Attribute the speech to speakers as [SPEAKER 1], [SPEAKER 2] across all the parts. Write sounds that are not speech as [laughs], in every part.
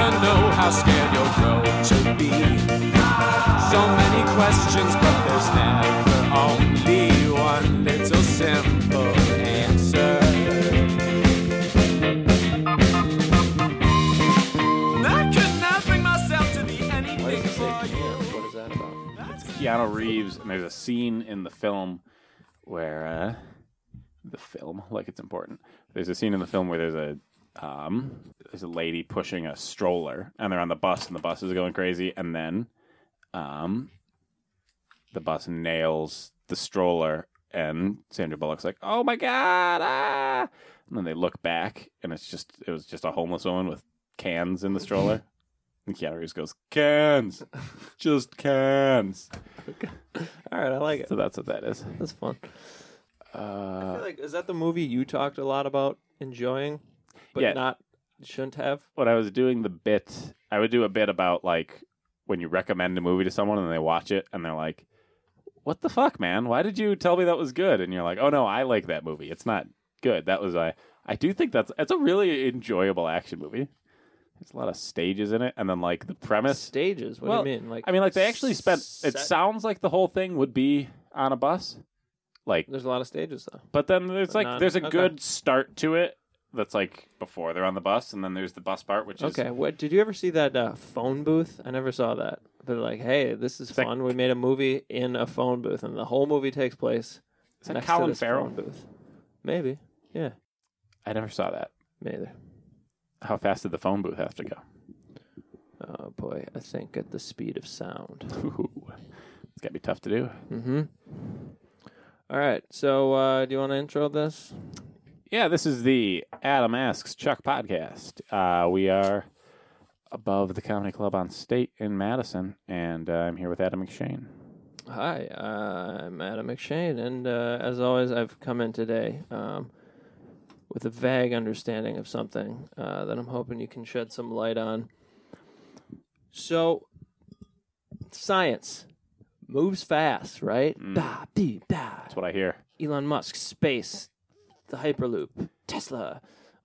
[SPEAKER 1] how scared you'll grow to be. So many questions, but there's never only one little simple answer. And I could not bring myself to be
[SPEAKER 2] Why does
[SPEAKER 1] anything
[SPEAKER 2] it say
[SPEAKER 1] for you.
[SPEAKER 2] Camille? What is that about?
[SPEAKER 3] Keanu Reeves, and there's a scene in the film where uh, the film, [laughs] like it's important. There's a scene in the film where there's a um, there's a lady pushing a stroller, and they're on the bus, and the bus is going crazy, and then um, the bus nails the stroller, and Sandra Bullock's like, "Oh my god!" Ah! And then they look back, and it's just it was just a homeless woman with cans in the stroller. And Keanu Reeves goes, cans, just cans.
[SPEAKER 2] All right, I like it.
[SPEAKER 3] So that's what that is.
[SPEAKER 2] That's fun. I
[SPEAKER 3] Uh,
[SPEAKER 2] feel like is that the movie you talked a lot about enjoying, but
[SPEAKER 3] Yeah.
[SPEAKER 2] not shouldn't have?
[SPEAKER 3] when I was doing the bit, I would do a bit about like when you recommend a movie to someone and they watch it and they're like, "What the fuck, man? Why did you tell me that was good?" And you're like, "Oh no, I like that movie. It's not good. That was I. I do think that's it's a really enjoyable action movie. There's a lot of stages in it, and then like the premise.
[SPEAKER 2] Stages. What
[SPEAKER 3] Well,
[SPEAKER 2] do you mean? Like
[SPEAKER 3] I mean, like they actually spent. It
[SPEAKER 2] set-
[SPEAKER 3] sounds like the whole thing would be on a bus, like
[SPEAKER 2] There's a lot of stages though.
[SPEAKER 3] But then there's
[SPEAKER 2] But
[SPEAKER 3] like
[SPEAKER 2] not-
[SPEAKER 3] there's a
[SPEAKER 2] okay.
[SPEAKER 3] good start to it that's like before they're on the bus, and then there's the bus part, which
[SPEAKER 2] Okay.
[SPEAKER 3] is
[SPEAKER 2] What did you ever see that uh, phone booth? I never saw that. They're like, hey, this is
[SPEAKER 3] that-
[SPEAKER 2] fun. We made a movie in a phone booth, and the whole movie takes place
[SPEAKER 3] is that
[SPEAKER 2] next to
[SPEAKER 3] Colin
[SPEAKER 2] this
[SPEAKER 3] Farrell.
[SPEAKER 2] phone booth. Maybe. Yeah.
[SPEAKER 3] I never saw that.
[SPEAKER 2] Maybe.
[SPEAKER 3] How fast did the phone booth have to go?
[SPEAKER 2] Oh boy, I think at the speed of sound.
[SPEAKER 3] Ooh. It's gotta be tough to do.
[SPEAKER 2] Mm-hmm. All right. So, uh, do you want to intro this?
[SPEAKER 3] Yeah, this is the Adam Asks Chuck podcast. Uh, we are above the Comedy Club on State in Madison, and uh, I'm here with Adam McShane.
[SPEAKER 2] Hi, uh, I'm Adam McShane, and uh, as always, I've come in today um, with a vague understanding of something uh, that I'm hoping you can shed some light on. So, science moves fast, right? Da, dee, da.
[SPEAKER 3] That's what I hear.
[SPEAKER 2] Elon Musk, space, the Hyperloop, Tesla,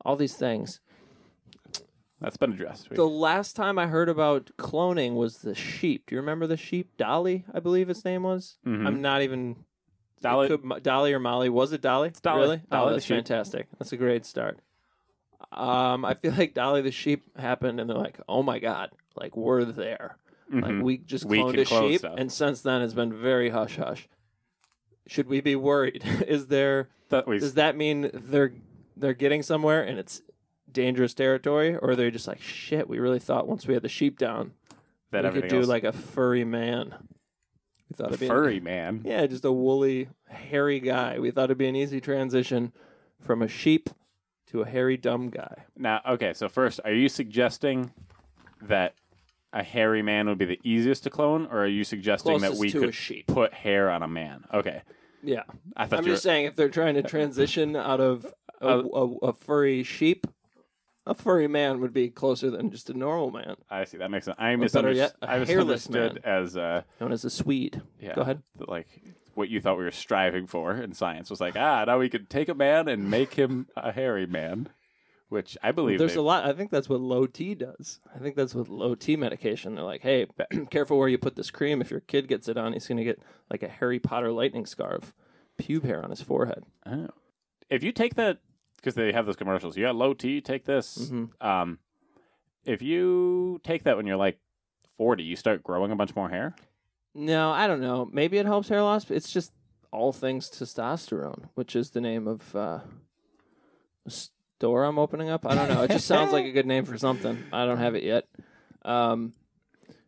[SPEAKER 2] all these things.
[SPEAKER 3] That's been addressed. We-
[SPEAKER 2] The last time I heard about cloning was the sheep. Do you remember the sheep? Dolly, I believe his name was.
[SPEAKER 3] Mhm.
[SPEAKER 2] I'm not even
[SPEAKER 3] Dolly-
[SPEAKER 2] it could- Dolly or Molly? Was it Dolly?
[SPEAKER 3] Dolly.
[SPEAKER 2] Really?
[SPEAKER 3] Dolly
[SPEAKER 2] oh,
[SPEAKER 3] the
[SPEAKER 2] that's
[SPEAKER 3] sheep.
[SPEAKER 2] fantastic. That's a great start. Um, I feel like Dolly the sheep happened, and they're like, "Oh my god, like we're there. Like
[SPEAKER 3] Mhm.
[SPEAKER 2] we just
[SPEAKER 3] We
[SPEAKER 2] cloned
[SPEAKER 3] can
[SPEAKER 2] a
[SPEAKER 3] clone
[SPEAKER 2] sheep."
[SPEAKER 3] stuff.
[SPEAKER 2] And since then, it's been very hush hush. Should we be worried? [laughs] Is there?
[SPEAKER 3] That we-
[SPEAKER 2] Does that mean they're they're getting somewhere and it's dangerous territory, or they're just like, "Shit, we really thought once we had the sheep down,
[SPEAKER 3] that
[SPEAKER 2] we could
[SPEAKER 3] everything
[SPEAKER 2] do
[SPEAKER 3] else-
[SPEAKER 2] like a furry man." We thought it'd be
[SPEAKER 3] furry man.
[SPEAKER 2] yeah, just a woolly, hairy guy. We thought it'd be an easy transition from a sheep to a hairy, dumb guy.
[SPEAKER 3] Now, okay, so first, are you suggesting that a hairy man would be the easiest to clone, or are you suggesting that
[SPEAKER 2] Closest
[SPEAKER 3] we
[SPEAKER 2] to
[SPEAKER 3] could
[SPEAKER 2] a sheep.
[SPEAKER 3] put hair on a man? Okay,
[SPEAKER 2] Yeah.
[SPEAKER 3] I thought
[SPEAKER 2] I'm
[SPEAKER 3] you
[SPEAKER 2] just saying, if they're trying to transition out of a,
[SPEAKER 3] Uh,
[SPEAKER 2] a, a furry sheep, a furry man would be closer than just a normal man,
[SPEAKER 3] were, I see that makes sense. I
[SPEAKER 2] better
[SPEAKER 3] misunderstood.
[SPEAKER 2] yet, a
[SPEAKER 3] I
[SPEAKER 2] hairless
[SPEAKER 3] misunderstood as uh,
[SPEAKER 2] known as a Swede.
[SPEAKER 3] yeah,
[SPEAKER 2] Go ahead.
[SPEAKER 3] th- like what you thought we were striving for in science was like ah, now we could take a man and make him a hairy man, which I believe
[SPEAKER 2] There's
[SPEAKER 3] they-
[SPEAKER 2] a lot. I think that's what low T does. I think that's what low T medication. They're like, hey, [clears throat] careful where you put this cream. If your kid gets it on, he's going to get like a Harry Potter lightning scarf, pube hair on his forehead.
[SPEAKER 3] Oh. If you take that, because they have those commercials, you got low T, take this. Um, if you take that when you're like 40, you start growing a bunch more hair.
[SPEAKER 2] No, I don't know. Maybe it helps hair loss. But it's just all things testosterone, which is the name of uh, store I'm opening up. I don't know. It just sounds like a good name for something. I don't have it yet. Um,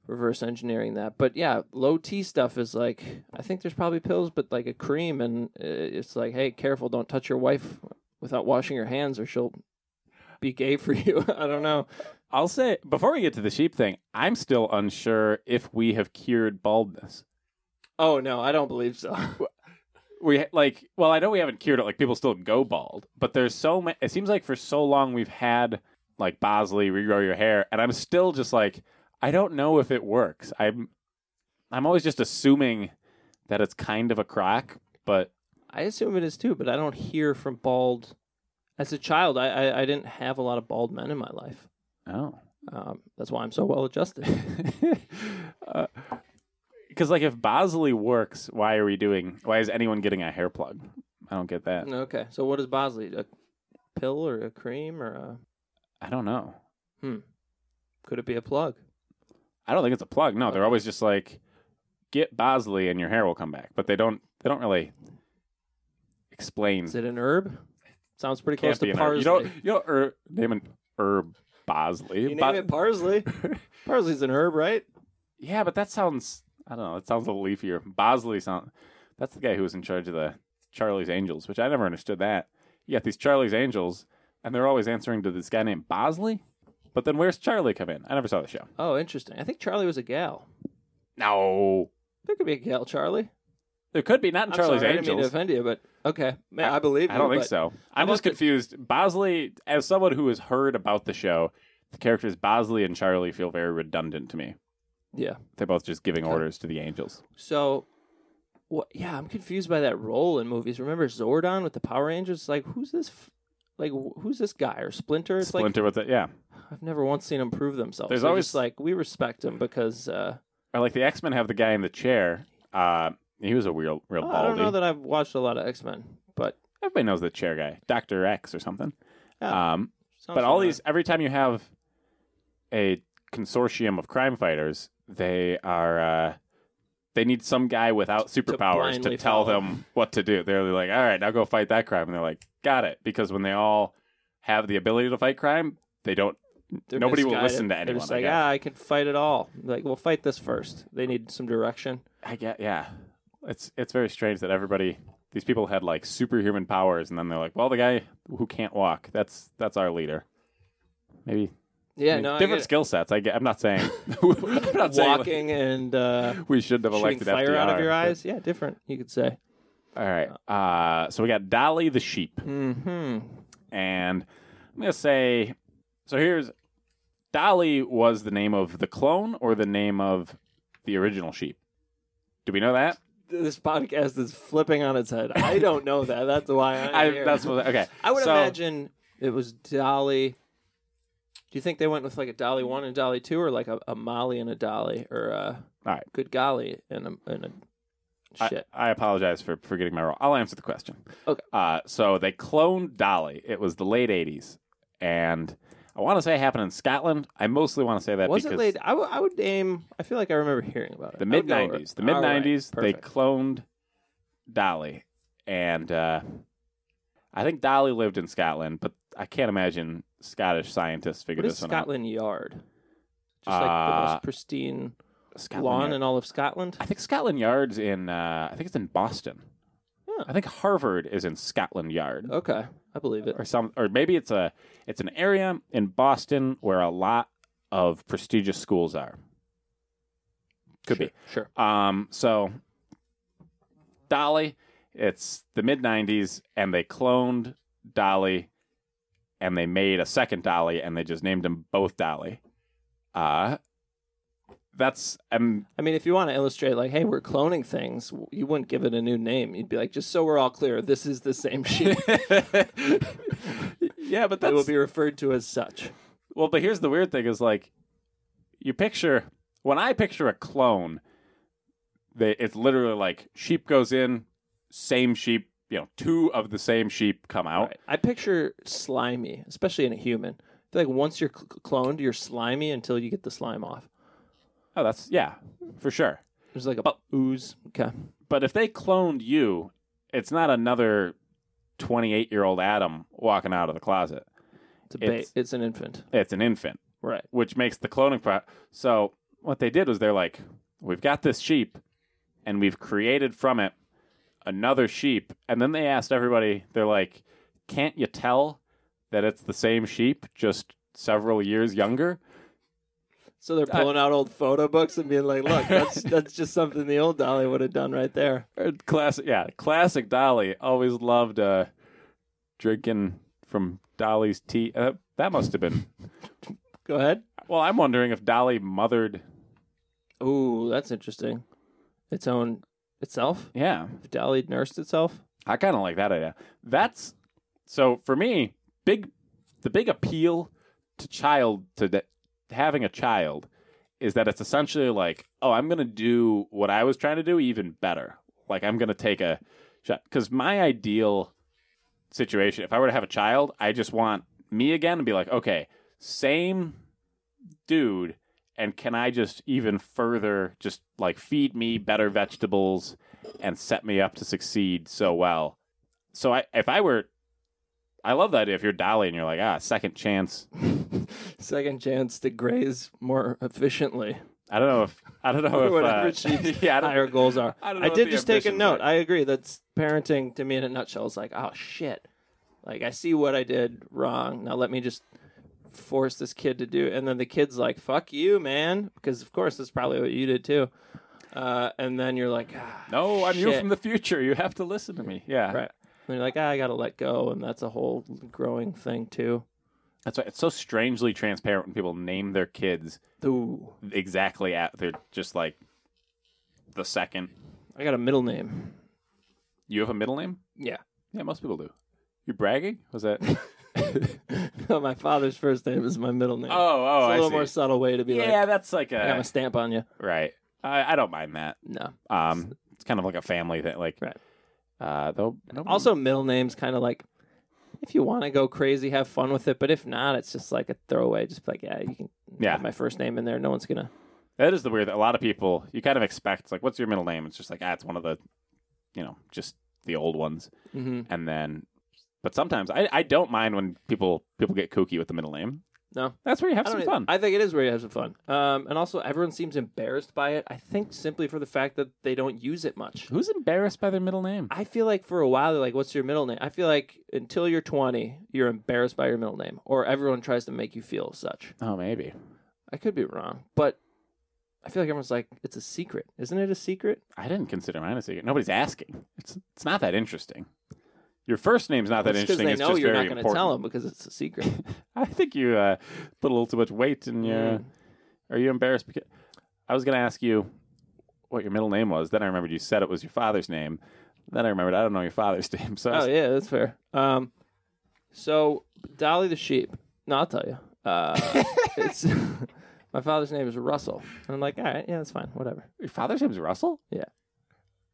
[SPEAKER 2] reverse engineering that, but yeah, low T stuff is like I think there's probably pills, but like a cream, and uh, it's like, hey, careful, don't touch your wife without washing your hands, or she'll be gay for [laughs] you. I don't know.
[SPEAKER 3] I'll say, before we get to the sheep thing, I'm still unsure if we have cured baldness.
[SPEAKER 2] Oh no, I don't believe so.
[SPEAKER 3] We like, well, I know we haven't cured it. Like, people still go bald, but there's so many. It seems like for so long we've had like Bosley regrow your hair, and I'm still just like, I don't know if it works. I'm, I'm always just assuming that it's kind of a crock, but
[SPEAKER 2] I assume it is too, but I don't hear from bald. As a child, I, I, I didn't have a lot of bald men in my life.
[SPEAKER 3] Oh,
[SPEAKER 2] Um, that's why I'm so well
[SPEAKER 3] [laughs]
[SPEAKER 2] adjusted.
[SPEAKER 3] Because like if Bosley works, why are we doing? Why is anyone getting a hair plug? I don't get that.
[SPEAKER 2] okay, so what is Bosley? A pill or a cream or a?
[SPEAKER 3] I don't know.
[SPEAKER 2] Could it be a plug?
[SPEAKER 3] I don't think it's a plug. No, they're always just like, get Bosley and your hair will come back. But they don't. They don't really explain.
[SPEAKER 2] Is it an herb? Sounds pretty
[SPEAKER 3] Can't
[SPEAKER 2] close
[SPEAKER 3] be
[SPEAKER 2] to
[SPEAKER 3] an herb.
[SPEAKER 2] parsley.
[SPEAKER 3] You don't. You don't er, name an herb Bosley.
[SPEAKER 2] You name
[SPEAKER 3] Bo-
[SPEAKER 2] it
[SPEAKER 3] [laughs]
[SPEAKER 2] parsley. Parsley's an herb, right?
[SPEAKER 3] Yeah, but that sounds. I don't know. That sounds a little leafier. Bosley sound. That's the guy who was in charge of the Charlie's Angels, which I never understood that. You got these Charlie's Angels, and they're always answering to this guy named Bosley. But then where's Charlie come in? I never saw the show.
[SPEAKER 2] Oh, interesting. I think Charlie was a gal.
[SPEAKER 3] No,
[SPEAKER 2] There could be a gal, Charlie.
[SPEAKER 3] there could be not in
[SPEAKER 2] I'm
[SPEAKER 3] Charlie's
[SPEAKER 2] sorry, I didn't mean to
[SPEAKER 3] Angels.
[SPEAKER 2] offend you, but okay, man, I, believe.
[SPEAKER 3] I
[SPEAKER 2] you,
[SPEAKER 3] don't think
[SPEAKER 2] but-
[SPEAKER 3] so. I'm
[SPEAKER 2] about
[SPEAKER 3] just
[SPEAKER 2] the-
[SPEAKER 3] confused. Bosley, as someone who has heard about the show, the characters Bosley and Charlie feel very redundant to me.
[SPEAKER 2] Yeah.
[SPEAKER 3] They're both just giving orders to the angels.
[SPEAKER 2] So, what? Yeah, I'm confused by that role in movies. Remember Zordon with the Power Rangers? It's Like, who's this? f- Like, wh- who's this guy or Splinter? It's
[SPEAKER 3] Splinter with it, yeah.
[SPEAKER 2] like I've never once seen him prove themselves.
[SPEAKER 3] There's
[SPEAKER 2] They're
[SPEAKER 3] always-
[SPEAKER 2] just like we respect him because uh,
[SPEAKER 3] Or like the X Men have the guy in the chair. Uh, he was a real, real
[SPEAKER 2] Oh, I don't
[SPEAKER 3] baldy.
[SPEAKER 2] know that I've watched a lot of X Men, but
[SPEAKER 3] Everybody knows the chair guy, Doctor X or something.
[SPEAKER 2] Yeah.
[SPEAKER 3] um,
[SPEAKER 2] sounds
[SPEAKER 3] but all
[SPEAKER 2] familiar.
[SPEAKER 3] these, every time you have a consortium of crime fighters, they are uh, they need some guy without superpowers to,
[SPEAKER 2] blindly
[SPEAKER 3] tell
[SPEAKER 2] follow.
[SPEAKER 3] them what to do. They're like, all right, now go fight that crime, and they're like, got it, because when they all have the ability to fight crime, they don't.
[SPEAKER 2] They're
[SPEAKER 3] nobody will
[SPEAKER 2] misguided.
[SPEAKER 3] listen to
[SPEAKER 2] They're
[SPEAKER 3] anyone.
[SPEAKER 2] just
[SPEAKER 3] I
[SPEAKER 2] like,
[SPEAKER 3] guess.
[SPEAKER 2] ah, I can fight it all. Like, we'll fight this first. They need some direction.
[SPEAKER 3] I get yeah. It's it's very strange that everybody these people had like superhuman powers and then they're like, well, the guy who can't walk, that's that's our leader. Maybe
[SPEAKER 2] Yeah,
[SPEAKER 3] I mean,
[SPEAKER 2] no, I
[SPEAKER 3] different
[SPEAKER 2] get it.
[SPEAKER 3] skill sets. I get, I'm not
[SPEAKER 2] [laughs]
[SPEAKER 3] saying [laughs] I'm not saying like,
[SPEAKER 2] Walking and uh,
[SPEAKER 3] [laughs] we shouldn't have
[SPEAKER 2] shooting
[SPEAKER 3] elected
[SPEAKER 2] fire
[SPEAKER 3] FDR,
[SPEAKER 2] out of your
[SPEAKER 3] but-
[SPEAKER 2] eyes. Yeah, different. You could say.
[SPEAKER 3] All right. Uh, so we got Dolly the sheep,
[SPEAKER 2] Hmm.
[SPEAKER 3] and I'm gonna say so. Here's Dolly was the name of the clone or the name of the original sheep. Do we know that?
[SPEAKER 2] This podcast is flipping on its head. I don't know that. That's why I'm
[SPEAKER 3] I,
[SPEAKER 2] here.
[SPEAKER 3] that's what, okay.
[SPEAKER 2] [laughs] I would
[SPEAKER 3] So-
[SPEAKER 2] imagine it was Dolly. Do you think they went with like a Dolly one and Dolly two, or like a, a Molly and a Dolly, or a
[SPEAKER 3] All right.
[SPEAKER 2] good golly and a, and a
[SPEAKER 3] I-
[SPEAKER 2] shit?
[SPEAKER 3] I, apologize for forgetting my role. I'll answer the question.
[SPEAKER 2] Okay.
[SPEAKER 3] Uh, so they cloned Dolly. It was the late '80s, and I want to say it happened in Scotland. I mostly want to say that
[SPEAKER 2] was
[SPEAKER 3] because
[SPEAKER 2] it late? I, w- I would aim. I feel like I remember hearing about it.
[SPEAKER 3] the
[SPEAKER 2] I would
[SPEAKER 3] mid
[SPEAKER 2] go over
[SPEAKER 3] '90s.
[SPEAKER 2] it.
[SPEAKER 3] The mid
[SPEAKER 2] All right,
[SPEAKER 3] '90s, they
[SPEAKER 2] perfect.
[SPEAKER 3] cloned Dolly, and uh, I think Dolly lived in Scotland, but I can't imagine Scottish scientists figured
[SPEAKER 2] what is
[SPEAKER 3] this one out.
[SPEAKER 2] Scotland Yard? Just like the
[SPEAKER 3] Uh,
[SPEAKER 2] most pristine
[SPEAKER 3] Scotland
[SPEAKER 2] lawn
[SPEAKER 3] Yard.
[SPEAKER 2] in all of Scotland.
[SPEAKER 3] I think Scotland Yard's in. Uh, I think it's in Boston.
[SPEAKER 2] Huh.
[SPEAKER 3] I think Harvard is in Scotland Yard.
[SPEAKER 2] Okay, I believe it.
[SPEAKER 3] or some or maybe it's a it's an area in Boston where a lot of prestigious schools are. Could
[SPEAKER 2] sure, Sure.
[SPEAKER 3] be. Um so Dolly, it's the mid 90s and they cloned Dolly and they made a second Dolly and they just named them both Dolly. Uh that's and [laughs]
[SPEAKER 2] I mean, if you want to illustrate, like, hey, we're cloning things, w- you wouldn't give it a new name. You'd be like, just so we're all clear, this is the [laughs] same sheep.
[SPEAKER 3] yeah, but
[SPEAKER 2] They
[SPEAKER 3] that's
[SPEAKER 2] will be referred to as such.
[SPEAKER 3] Well, but here's the weird thing is like you picture when I picture a clone, they it's literally like sheep goes in, same sheep, you know, two of the same sheep come out.
[SPEAKER 2] I picture slimy, especially in a human. I feel like once you're cl- cloned, you're slimy until you get the slime off.
[SPEAKER 3] Oh, that's yeah, for sure.
[SPEAKER 2] There's like a ooze. Oh. Okay.
[SPEAKER 3] But if they cloned you, it's not another 28-year-old Adam walking out of the closet.
[SPEAKER 2] It's a bait.
[SPEAKER 3] It's-
[SPEAKER 2] It's, an infant.
[SPEAKER 3] It's an infant.
[SPEAKER 2] Right.
[SPEAKER 3] which makes the cloning pro. So what they did was they're like, we've got this sheep, and we've created from it another sheep, and then they asked everybody, they're like, can't you tell that it's the same sheep, just several years younger?
[SPEAKER 2] So they're pulling out old photo books and being like, look, that's, [laughs] that's just something the old Dolly would have done right there.
[SPEAKER 3] Or Classic, Uh, yeah, classic Dolly. Always loved uh, drinking from Dolly's tea. Uh, that must have been.
[SPEAKER 2] Go ahead.
[SPEAKER 3] Well, I'm wondering if Dolly mothered.
[SPEAKER 2] Ooh, that's interesting. Its own itself.
[SPEAKER 3] Yeah,
[SPEAKER 2] If Dolly nursed itself.
[SPEAKER 3] I kind of like that idea. That's so for me, big the big appeal to child to having a child is that it's essentially like, oh, I'm going to do what I was trying to do even better. Like, I'm going to take a shot. Because my ideal situation, if I were to have a child, I just want me again and be like, okay, same dude. And can I just even further just like feed me better vegetables and set me up to succeed so well? So I, if I were, I love that idea. If you're Dolly and you're like, ah, second chance
[SPEAKER 2] Second chance to graze more
[SPEAKER 3] [laughs]
[SPEAKER 2] efficiently.
[SPEAKER 3] I don't know if I don't
[SPEAKER 2] [laughs]
[SPEAKER 3] know
[SPEAKER 2] Or
[SPEAKER 3] if
[SPEAKER 2] whatever
[SPEAKER 3] uh, [laughs]
[SPEAKER 2] achieves
[SPEAKER 3] yeah, I don't,
[SPEAKER 2] Higher goals are.
[SPEAKER 3] I don't
[SPEAKER 2] [laughs]
[SPEAKER 3] know
[SPEAKER 2] I
[SPEAKER 3] what
[SPEAKER 2] did
[SPEAKER 3] the
[SPEAKER 2] just take a
[SPEAKER 3] ambitions
[SPEAKER 2] note.
[SPEAKER 3] are.
[SPEAKER 2] I agree. That's parenting to me in a nutshell. It's like, oh shit. Like I see what I did wrong. Now let me just force this kid to do. And then the kid's like, "Fuck you, man," because of course that's probably what you did too. Uh, and then you're like, ah,
[SPEAKER 3] no, I'm you
[SPEAKER 2] shit.
[SPEAKER 3] from the future. You have to listen to me. Yeah,
[SPEAKER 2] right. And you're like, ah, I gotta let go, and that's a whole growing thing too.
[SPEAKER 3] That's why it's so strangely transparent when people name their kids
[SPEAKER 2] Ooh,
[SPEAKER 3] exactly at they're just like the second.
[SPEAKER 2] I got a middle name.
[SPEAKER 3] You have a middle name?
[SPEAKER 2] Yeah, [laughs]
[SPEAKER 3] Yeah, most people do. You bragging? Was that?
[SPEAKER 2] Oh, my father's first name is my middle name.
[SPEAKER 3] oh, oh,
[SPEAKER 2] it's a
[SPEAKER 3] I
[SPEAKER 2] little
[SPEAKER 3] see.
[SPEAKER 2] more subtle way to be
[SPEAKER 3] yeah,
[SPEAKER 2] like,
[SPEAKER 3] that's like
[SPEAKER 2] I got my
[SPEAKER 3] a
[SPEAKER 2] stamp on you.
[SPEAKER 3] right. I, I don't mind that.
[SPEAKER 2] No.
[SPEAKER 3] Um, it's kind of like a family thing. Like,
[SPEAKER 2] Right.
[SPEAKER 3] Uh, though
[SPEAKER 2] Also, middle names kind of like if you want to go crazy, have fun with it. But if not, it's just like a throwaway. Just like yeah, you can
[SPEAKER 3] Yeah.
[SPEAKER 2] have my first name in there. No one's gonna.
[SPEAKER 3] That is the weird. A lot of people, you kind of expect, like, what's your middle name? It's just like, ah, it's one of the, you know, just the old ones.
[SPEAKER 2] Mm-hmm.
[SPEAKER 3] And then, but sometimes I, I don't mind when people people get kooky with the middle name.
[SPEAKER 2] No.
[SPEAKER 3] that's where you have
[SPEAKER 2] I
[SPEAKER 3] some
[SPEAKER 2] don't- e,
[SPEAKER 3] fun.
[SPEAKER 2] I think it is where you have some fun. Um, and also, everyone seems embarrassed by it. I think simply for the fact that they don't use it much.
[SPEAKER 3] Who's embarrassed by their middle name?
[SPEAKER 2] I feel like for a while they're like, "What's your middle name?" I feel like until you're 20, you're embarrassed by your middle name, or everyone tries to make you feel such.
[SPEAKER 3] Oh, maybe.
[SPEAKER 2] I could be wrong, but I feel like everyone's like, "It's a secret, isn't it a secret?"
[SPEAKER 3] I didn't consider mine a secret. Nobody's asking. It's it's not that interesting. Your first name's not that
[SPEAKER 2] It's
[SPEAKER 3] interesting.
[SPEAKER 2] they
[SPEAKER 3] it's
[SPEAKER 2] know
[SPEAKER 3] just
[SPEAKER 2] you're not
[SPEAKER 3] very
[SPEAKER 2] going to
[SPEAKER 3] important.
[SPEAKER 2] tell them because it's a
[SPEAKER 3] [laughs]
[SPEAKER 2] secret.
[SPEAKER 3] I think you uh, put a little too much weight in your.
[SPEAKER 2] Mm.
[SPEAKER 3] Are you embarrassed? Because I was going to ask you what your middle name was. Then I remembered you said it was your father's name. Then I remembered I don't know your father's [laughs] name. So I
[SPEAKER 2] Oh
[SPEAKER 3] was-
[SPEAKER 2] yeah, that's fair. Um, so Dolly the sheep. No, I'll tell you.
[SPEAKER 3] [laughs]
[SPEAKER 2] Uh, it's [laughs] my father's name is Russell, and I'm like, all right, yeah, that's fine, whatever.
[SPEAKER 3] your father's name's Russell.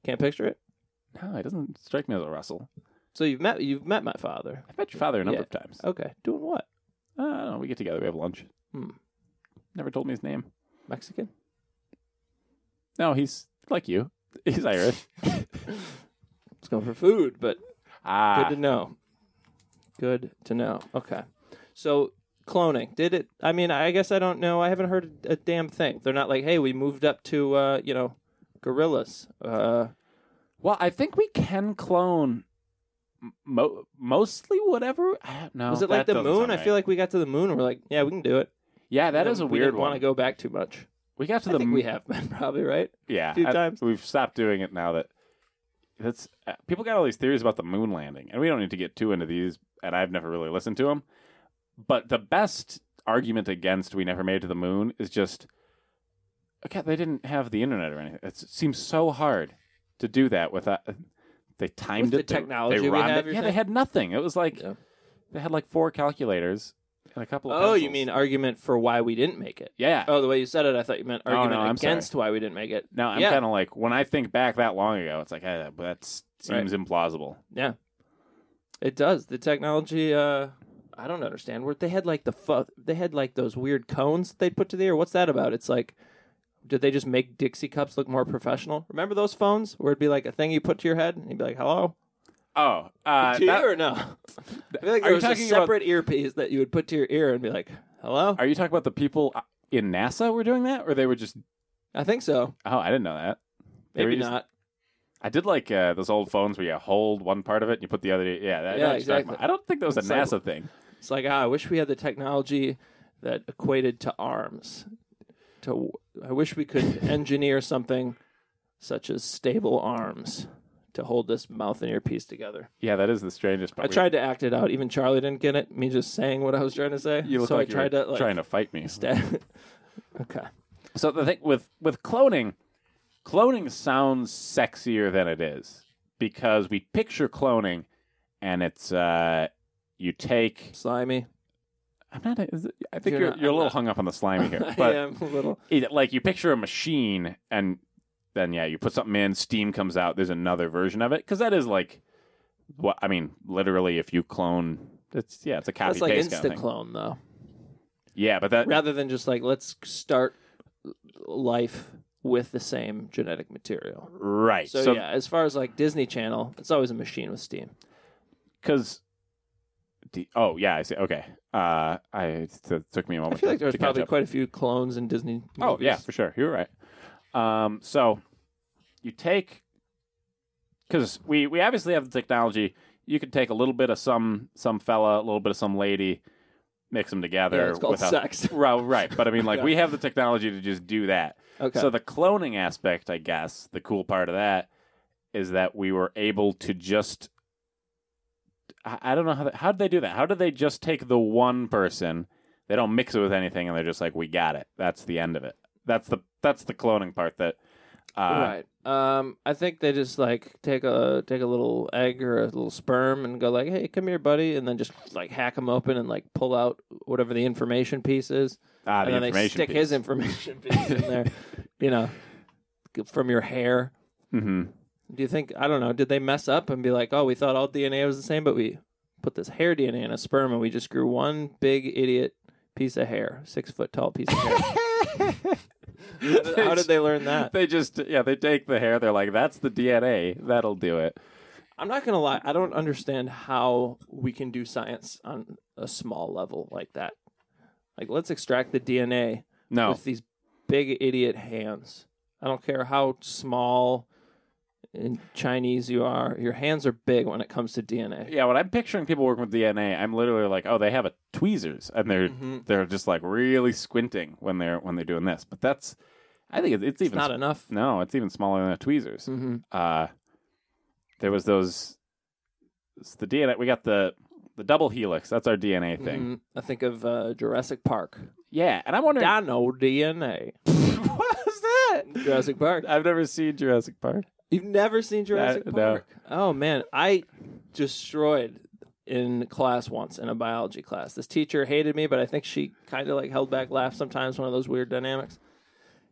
[SPEAKER 2] Can't picture it.
[SPEAKER 3] No, it doesn't strike me as a Russell.
[SPEAKER 2] So you've met you've met my father.
[SPEAKER 3] I've met your father a number
[SPEAKER 2] Yeah.
[SPEAKER 3] of times.
[SPEAKER 2] Okay, doing what?
[SPEAKER 3] Uh, I don't know. We get together. We have lunch.
[SPEAKER 2] Hmm.
[SPEAKER 3] Never told me his name.
[SPEAKER 2] Mexican.
[SPEAKER 3] No, he's like you. [laughs] He's Irish.
[SPEAKER 2] It's going for food, but
[SPEAKER 3] ah,
[SPEAKER 2] [laughs] good to know. Good to know. Okay, so cloning did it? I mean, I guess I don't know. I haven't heard a, a damn thing. They're not like, hey, we moved up to uh, you know, gorillas. Uh,
[SPEAKER 3] Well, I think we can clone m- mo- mostly whatever. I don't know.
[SPEAKER 2] Was it like
[SPEAKER 3] That
[SPEAKER 2] the
[SPEAKER 3] doesn't
[SPEAKER 2] moon?
[SPEAKER 3] sound
[SPEAKER 2] I feel
[SPEAKER 3] right.
[SPEAKER 2] like we got to the moon. We're like, yeah, we can do it.
[SPEAKER 3] yeah, that is a
[SPEAKER 2] we
[SPEAKER 3] weird
[SPEAKER 2] Want to
[SPEAKER 3] one.
[SPEAKER 2] go back too much?
[SPEAKER 3] we got to
[SPEAKER 2] I
[SPEAKER 3] the
[SPEAKER 2] think
[SPEAKER 3] m-
[SPEAKER 2] we have been [laughs] probably right.
[SPEAKER 3] yeah
[SPEAKER 2] few
[SPEAKER 3] I-
[SPEAKER 2] times.
[SPEAKER 3] We've stopped doing it now that that's uh, people got all these theories about the moon landing, and we don't need to get too into these. And I've never really listened to them. But the best argument against we never made it to the moon is just okay. They didn't have the internet or anything. It's, it seems so hard to do that without. They timed
[SPEAKER 2] With
[SPEAKER 3] it.
[SPEAKER 2] the
[SPEAKER 3] they-
[SPEAKER 2] technology
[SPEAKER 3] they,
[SPEAKER 2] we
[SPEAKER 3] rhymed
[SPEAKER 2] have,
[SPEAKER 3] it.
[SPEAKER 2] you're
[SPEAKER 3] Yeah, they
[SPEAKER 2] saying?
[SPEAKER 3] had nothing. It was like
[SPEAKER 2] Yeah.
[SPEAKER 3] they had like four calculators and a couple.
[SPEAKER 2] Oh,
[SPEAKER 3] of
[SPEAKER 2] you
[SPEAKER 3] pencils.
[SPEAKER 2] mean argument for why we didn't make it?
[SPEAKER 3] yeah?
[SPEAKER 2] Oh, the way you said it, I thought you meant
[SPEAKER 3] no,
[SPEAKER 2] argument
[SPEAKER 3] I'm sorry.
[SPEAKER 2] against why we didn't make it.
[SPEAKER 3] No, I'm
[SPEAKER 2] Yeah.
[SPEAKER 3] kind of like when I think back that long ago, it's like eh, but that seems implausible.
[SPEAKER 2] Yeah, it does. The technology. Uh, I don't understand. Where they had like the fu- they had like those weird cones they put to the air. What's that about? It's like. Did they just make Dixie cups look more professional? Remember those phones where it'd be like a thing you put to your head and you'd be like, "Hello."
[SPEAKER 3] Oh, [laughs] uh,
[SPEAKER 2] to
[SPEAKER 3] that-
[SPEAKER 2] you or no? [laughs] I feel like
[SPEAKER 3] Are you
[SPEAKER 2] there was a
[SPEAKER 3] talking about-
[SPEAKER 2] separate earpiece that you would put to your ear and be like, "Hello."
[SPEAKER 3] are you talking about the people uh, in NASA were doing that, or they were just?
[SPEAKER 2] I think so.
[SPEAKER 3] Oh, I didn't know that. They were
[SPEAKER 2] Maybe
[SPEAKER 3] just-
[SPEAKER 2] not.
[SPEAKER 3] I did like uh, those old phones where you hold one part of it and you put the other. Yeah, that,
[SPEAKER 2] Yeah,
[SPEAKER 3] that's what you're talking
[SPEAKER 2] exactly.
[SPEAKER 3] about. I don't think that was a
[SPEAKER 2] It's like-
[SPEAKER 3] NASA thing.
[SPEAKER 2] It's like ah, I wish we had the technology that equated to arms. To I wish we
[SPEAKER 3] [laughs]
[SPEAKER 2] could engineer something such as stable arms to hold this mouth and earpiece together.
[SPEAKER 3] Yeah, that is the strangest. Part.
[SPEAKER 2] I tried to act it out. Even Charlie didn't get it. Me just saying what I was trying to say.
[SPEAKER 3] You look
[SPEAKER 2] so
[SPEAKER 3] like
[SPEAKER 2] I
[SPEAKER 3] you were
[SPEAKER 2] tried to like. [laughs]
[SPEAKER 3] trying to fight [laughs] me.
[SPEAKER 2] sta- [laughs] okay.
[SPEAKER 3] So the thing with with cloning, cloning sounds sexier than it is because we picture cloning, and it's uh, you take
[SPEAKER 2] Slimy. [laughs]
[SPEAKER 3] I'm not. A, is it- I think
[SPEAKER 2] You're
[SPEAKER 3] you're
[SPEAKER 2] not-
[SPEAKER 3] you're, a
[SPEAKER 2] I'm
[SPEAKER 3] little
[SPEAKER 2] not-
[SPEAKER 3] hung up on the slimy
[SPEAKER 2] [laughs]
[SPEAKER 3] here,
[SPEAKER 2] I
[SPEAKER 3] but
[SPEAKER 2] am a little.
[SPEAKER 3] it, like you picture a machine and then yeah you put something in steam comes out there's another version of it because that is like what i mean literally if you clone it's yeah it's a copy
[SPEAKER 2] That's like
[SPEAKER 3] paste kind of
[SPEAKER 2] instant
[SPEAKER 3] thing.
[SPEAKER 2] clone, though.
[SPEAKER 3] yeah but that
[SPEAKER 2] Rather than just like let's start life with the same genetic material.
[SPEAKER 3] right
[SPEAKER 2] So,
[SPEAKER 3] so
[SPEAKER 2] yeah, as far as like Disney Channel, it's always a machine with Steam.
[SPEAKER 3] because oh yeah i see okay uh i it took me a moment
[SPEAKER 2] I feel like
[SPEAKER 3] to,
[SPEAKER 2] there was
[SPEAKER 3] Oh to catch
[SPEAKER 2] probably
[SPEAKER 3] up.
[SPEAKER 2] quite a few clones in Disney.
[SPEAKER 3] Oh yeah,
[SPEAKER 2] movies.
[SPEAKER 3] for sure. You're right. Um, so you take because we we obviously have the technology. You could take a little bit of some some fella, a little bit of some lady, mix them together.
[SPEAKER 2] Yeah, it's called
[SPEAKER 3] without-
[SPEAKER 2] sex.
[SPEAKER 3] [laughs] Well, right, but I mean,
[SPEAKER 2] [laughs]
[SPEAKER 3] like
[SPEAKER 2] Yeah.
[SPEAKER 3] we have the technology to just do that.
[SPEAKER 2] Okay.
[SPEAKER 3] So uh, the cloning aspect, I guess, the cool part of that is that we were able to just. I I don't know how they, how did they do that? How did they just take the one person? They don't mix it with anything, and they're just like, "We got it. That's the end of it. That's the that's the cloning part that." Uh,
[SPEAKER 2] right. Um, I think they just like take a take a little egg or a little sperm and go like, "Hey, come here, buddy," and then just like hack them open and like pull out whatever the information piece is,
[SPEAKER 3] Ah, the
[SPEAKER 2] and then they
[SPEAKER 3] information
[SPEAKER 2] stick
[SPEAKER 3] piece.
[SPEAKER 2] his information [laughs] piece in there, you know, from your hair.
[SPEAKER 3] hmm
[SPEAKER 2] Do you think I don't know? Did they mess up and be like, "Oh, we thought all DNA was the same, but we put this hair DNA in a sperm and we just grew one big idiot piece of hair, six foot tall piece of hair"?
[SPEAKER 3] [laughs]
[SPEAKER 2] How did- How did they learn that?
[SPEAKER 3] They just yeah, they take the hair. They're like, "That's the DNA. That'll do it."
[SPEAKER 2] I'm not gonna lie, I don't understand how we can do science on a small level like that. Like, let's extract the DNA
[SPEAKER 3] No,
[SPEAKER 2] with these big idiot hands. I don't care how small in Chinese you are, your hands are big when it comes to DNA.
[SPEAKER 3] Yeah, when I'm picturing people working with DNA, I'm literally like, oh, they have a tweezers, and they're
[SPEAKER 2] Mhm.
[SPEAKER 3] they're just like really squinting when they're when they're doing this. But that's, I think it's, it's
[SPEAKER 2] It's
[SPEAKER 3] even
[SPEAKER 2] not
[SPEAKER 3] s-
[SPEAKER 2] enough.
[SPEAKER 3] no, it's even smaller than a tweezers.
[SPEAKER 2] Mm-hmm.
[SPEAKER 3] Uh, there was those, it's the DNA we got the the double helix. That's our DNA thing.
[SPEAKER 2] Mhm. I think of uh, Jurassic Park.
[SPEAKER 3] Yeah, and I'm wondering
[SPEAKER 2] Dino DNA.
[SPEAKER 3] [laughs] what is that?
[SPEAKER 2] Jurassic Park.
[SPEAKER 3] I've never seen Jurassic Park.
[SPEAKER 2] You've never seen Jurassic
[SPEAKER 3] no.
[SPEAKER 2] Park? Oh man, I destroyed in class once in a biology class. This teacher hated me, but I think she kind of like held back laugh sometimes, one of those weird dynamics.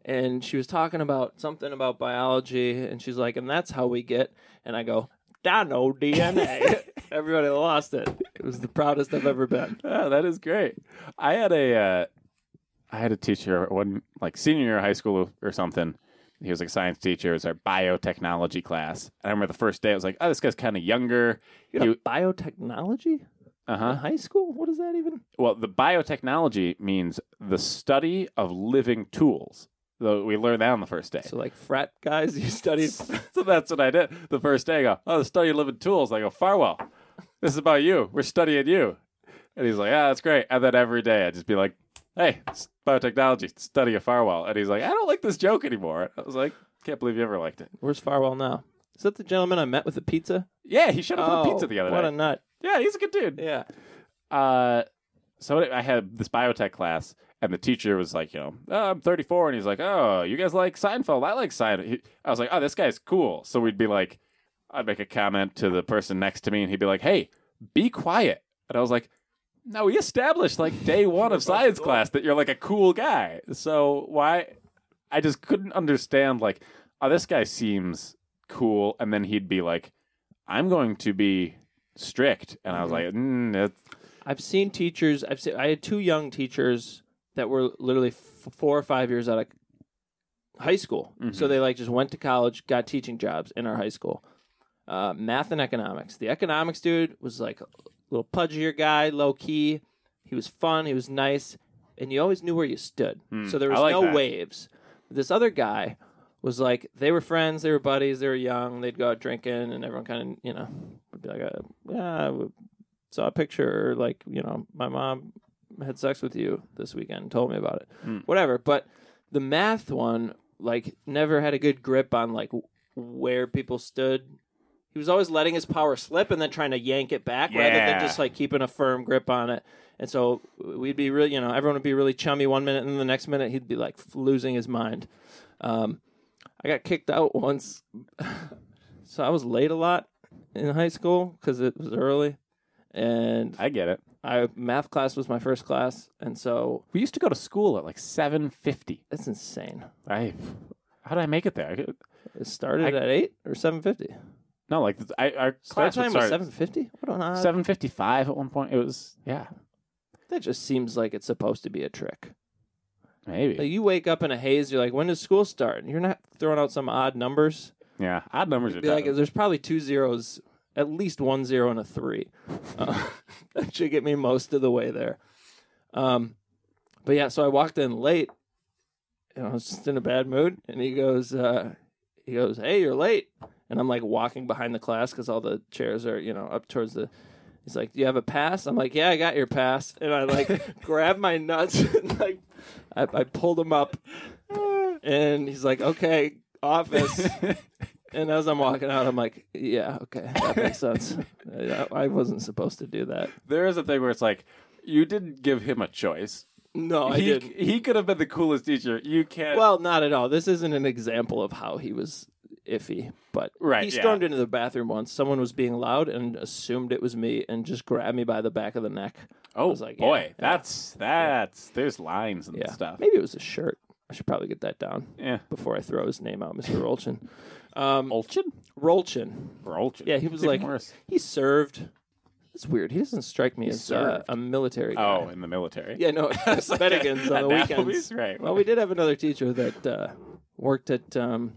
[SPEAKER 2] And she was talking about something about biology and she's like, "And that's how we get." And I go, "Dino DNA." Everybody lost it. It was the proudest I've ever been.
[SPEAKER 3] Oh, that is great. I had a uh, I had a teacher one like senior year of high school or something. He was like a science teacher. It was our biotechnology class. And I remember the first day, I was like, "Oh, this guy's kind of younger."
[SPEAKER 2] You know, biotechnology
[SPEAKER 3] Uh
[SPEAKER 2] in
[SPEAKER 3] huh.
[SPEAKER 2] high school? What is that even?
[SPEAKER 3] Well, the biotechnology means the study of living tools. So we learned that on the first day.
[SPEAKER 2] So like frat guys, you [laughs] studied
[SPEAKER 3] [laughs] so that's what I did the first day. I go, oh, the study of living tools. I go, Farwell, this is about you. We're studying you. And he's like, ah, that's great. And then every day I'd just be like, hey, it's biotechnology, study of Farwell. And he's like, I don't like this joke anymore. I was like, can't believe you ever liked it.
[SPEAKER 2] Where's Farwell now? Is that the gentleman I met with the pizza?
[SPEAKER 3] Yeah, he showed up with a pizza the other
[SPEAKER 2] Oh, what
[SPEAKER 3] day.
[SPEAKER 2] a nut!
[SPEAKER 3] yeah, he's a good dude.
[SPEAKER 2] Yeah,
[SPEAKER 3] Uh, so I had this biotech class, and the teacher was like, you know, oh, I'm 34, and he's like, oh, you guys like Seinfeld? I like Seinfeld. He- I was like, oh, this guy's cool. So we'd be like, I'd make a comment to the person next to me, and he'd be like, hey, be quiet. And I was like, no, we established like day one of science class that you're like a cool guy. So why? I just couldn't understand like, oh, this guy seems cool, and then he'd be like, I'm going to be strict, and I was like, mm, that's
[SPEAKER 2] I've seen teachers. I've seen. I had two young teachers that were literally f- four or five years out of high school,
[SPEAKER 3] Mm-hmm.
[SPEAKER 2] so they like just went to college, got teaching jobs in our high school. Uh, math and economics. The economics dude was like a little pudgier guy, low key. He was fun. He was nice, and you always knew where you stood. so there
[SPEAKER 3] Hmm. I
[SPEAKER 2] was no
[SPEAKER 3] like that.
[SPEAKER 2] waves. This other guy was like they were friends, they were buddies, they were young. They'd go out drinking, and everyone kind of you know would be like, uh, yeah, we saw a picture, or like you know, my mom had sex with you this weekend, and told me about it, whatever. But the math one, like, never had a good grip on like w- where people stood. He was always letting his power slip and then trying to yank it back rather than
[SPEAKER 3] Yeah.
[SPEAKER 2] just like keeping a firm grip on it. And so we'd be really, you know, everyone would be really chummy one minute, and then the next minute he'd be like f- losing his mind. Um, I got kicked out once, so I was late a lot in high school because it was early, and
[SPEAKER 3] I get it.
[SPEAKER 2] I math class was my first class, and so
[SPEAKER 3] We used to go to school at like seven fifty.
[SPEAKER 2] that's insane.
[SPEAKER 3] I how did I make it there? I could-
[SPEAKER 2] It started
[SPEAKER 3] I-
[SPEAKER 2] at eight or seven fifty.
[SPEAKER 3] No, like I our
[SPEAKER 2] Start
[SPEAKER 3] class
[SPEAKER 2] time
[SPEAKER 3] would
[SPEAKER 2] was
[SPEAKER 3] start
[SPEAKER 2] seven fifty. What on earth?
[SPEAKER 3] seven fifty five at one point. It was yeah
[SPEAKER 2] That just seems like it's supposed to be a trick.
[SPEAKER 3] maybe
[SPEAKER 2] Like you wake up in a haze, you're like, when does school start? And you're not throwing out some odd numbers.
[SPEAKER 3] yeah odd numbers are
[SPEAKER 2] Be like,
[SPEAKER 3] tough.
[SPEAKER 2] there's probably two zeros, at least one zero and a three. Uh, [laughs] that should get me most of the way there. Um, but yeah, so I walked in late, and I was just in a bad mood. And he goes, uh, he goes, hey, you're late. And I'm like walking behind the class because all the chairs are, you know, up towards the. He's like, do you have a pass? I'm like, yeah, I got your pass. And I like grab my nuts [laughs] and like, I, I pulled them up. And he's like, okay, office. And as I'm walking out, I'm like, yeah, okay, that makes sense.
[SPEAKER 3] [laughs]
[SPEAKER 2] I, I wasn't supposed to do that.
[SPEAKER 3] there is a thing where it's like you didn't give him a choice.
[SPEAKER 2] No, Oh, I
[SPEAKER 3] he
[SPEAKER 2] didn't.
[SPEAKER 3] he could have been the coolest teacher. You can't.
[SPEAKER 2] Well, not at all. This isn't an example of how he was iffy, but
[SPEAKER 3] Right,
[SPEAKER 2] he
[SPEAKER 3] yeah.
[SPEAKER 2] stormed into the bathroom once. Someone was being loud and assumed it was me and just grabbed me by the back of the neck.
[SPEAKER 3] oh
[SPEAKER 2] was like,
[SPEAKER 3] boy,
[SPEAKER 2] yeah, yeah,
[SPEAKER 3] that's that's there's lines and
[SPEAKER 2] Yeah.
[SPEAKER 3] stuff.
[SPEAKER 2] Maybe it was a shirt. I should probably get that down
[SPEAKER 3] Yeah,
[SPEAKER 2] before I throw his name out,
[SPEAKER 3] [laughs]
[SPEAKER 2] Mr. Rolchin. Um,
[SPEAKER 3] Olchin
[SPEAKER 2] Rolchin.
[SPEAKER 3] or Olchin?
[SPEAKER 2] Yeah, he was like,
[SPEAKER 3] Even worse.
[SPEAKER 2] he served. It's weird. He doesn't strike me as uh,
[SPEAKER 3] served.
[SPEAKER 2] a military guy.
[SPEAKER 3] oh, in the military.
[SPEAKER 2] Yeah, [laughs]
[SPEAKER 3] [laughs]
[SPEAKER 2] no, it's
[SPEAKER 3] like
[SPEAKER 2] Bennigan's
[SPEAKER 3] a-
[SPEAKER 2] on the
[SPEAKER 3] an Applebee's,
[SPEAKER 2] weekends.
[SPEAKER 3] right.
[SPEAKER 2] Well, we did have another teacher that uh, worked at um,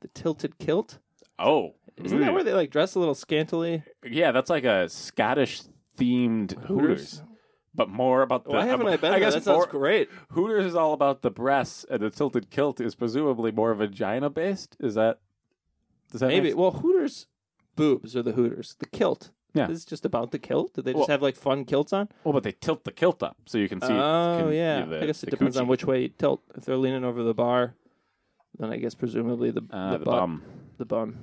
[SPEAKER 2] the Tilted Kilt.
[SPEAKER 3] Oh,
[SPEAKER 2] Isn't that
[SPEAKER 3] ooh.
[SPEAKER 2] where they like dress a little scantily?
[SPEAKER 3] Yeah, that's like a Scottish themed Hooters.
[SPEAKER 2] Hooters?
[SPEAKER 3] But more about the.
[SPEAKER 2] Why haven't I been
[SPEAKER 3] Uh, I
[SPEAKER 2] there?
[SPEAKER 3] guess
[SPEAKER 2] That sounds
[SPEAKER 3] more-
[SPEAKER 2] great.
[SPEAKER 3] Hooters is all about the breasts, and the tilted kilt is presumably more vagina based. Is that? Does that
[SPEAKER 2] Maybe.
[SPEAKER 3] Make
[SPEAKER 2] Well, Hooters boobs are the Hooters. The kilt.
[SPEAKER 3] Yeah.
[SPEAKER 2] This is just about the kilt. Do they just
[SPEAKER 3] Well-
[SPEAKER 2] have like fun kilts on?
[SPEAKER 3] well, oh, but they tilt the kilt up so you can see.
[SPEAKER 2] oh
[SPEAKER 3] can-
[SPEAKER 2] yeah.
[SPEAKER 3] you know, the-
[SPEAKER 2] I guess it
[SPEAKER 3] the
[SPEAKER 2] depends on
[SPEAKER 3] coochie.
[SPEAKER 2] which way you tilt. If they're leaning over the bar, then I guess presumably the
[SPEAKER 3] Uh, the,
[SPEAKER 2] the, butt-
[SPEAKER 3] bum. Uh,
[SPEAKER 2] the bum.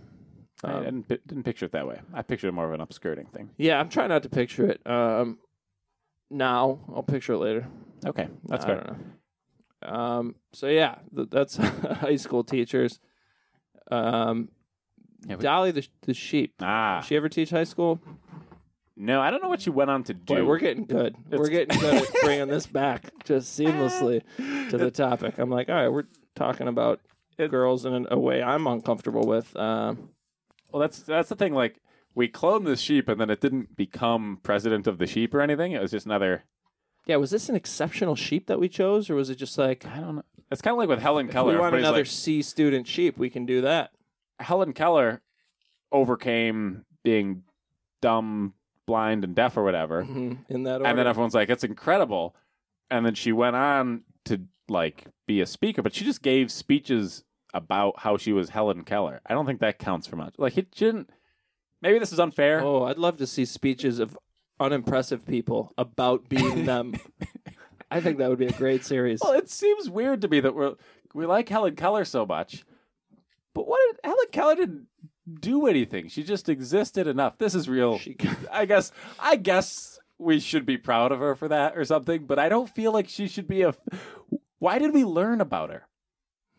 [SPEAKER 3] I
[SPEAKER 2] Um,
[SPEAKER 3] didn't, pi- didn't picture it that way. I pictured more of an upskirting thing.
[SPEAKER 2] yeah, I'm trying not to picture it. Um, now I'll picture it later.
[SPEAKER 3] Okay, that's
[SPEAKER 2] I
[SPEAKER 3] fair.
[SPEAKER 2] don't know. Um, so yeah, th- that's [laughs] high school teachers. Um,
[SPEAKER 3] Yeah, we-
[SPEAKER 2] Dolly the the sheep.
[SPEAKER 3] Ah,
[SPEAKER 2] Did she ever teach high school?
[SPEAKER 3] no, I don't know what you went on to do.
[SPEAKER 2] Boy, we're getting good. we're getting good at bringing this back just
[SPEAKER 3] [laughs] Ah.
[SPEAKER 2] seamlessly to the topic. I'm like, all right, we're talking about girls in a way I'm uncomfortable with. Um,
[SPEAKER 3] Well, that's that's the thing. Like we cloned this sheep, and then it didn't become president of the sheep or anything. It was just another.
[SPEAKER 2] yeah, was this an exceptional sheep that we chose, or was it just like
[SPEAKER 3] I don't know. It's kind of like with Helen Keller.
[SPEAKER 2] we want
[SPEAKER 3] Everybody's
[SPEAKER 2] another
[SPEAKER 3] like,
[SPEAKER 2] C student sheep? We can do that.
[SPEAKER 3] Helen Keller overcame being dumb, blind, and deaf or whatever,
[SPEAKER 2] Mhm, In that order.
[SPEAKER 3] and then everyone's like, "It's incredible," and then she went on to like be a speaker, but she just gave speeches about how she was Helen Keller. I don't think that counts for much. Like it shouldn't. Maybe this is unfair.
[SPEAKER 2] Oh, I'd love to see speeches of unimpressive people about
[SPEAKER 3] [laughs]
[SPEAKER 2] being them. I think that would be a great series.
[SPEAKER 3] Well, it seems weird to me that we're we like Helen Keller so much, but what did, Helen Keller didn't do anything. She just existed enough. This is
[SPEAKER 2] [laughs]
[SPEAKER 3] real.
[SPEAKER 2] She-
[SPEAKER 3] I guess. I guess we should be proud of her for that or something. But I don't feel like she should be a. Why did we learn about her?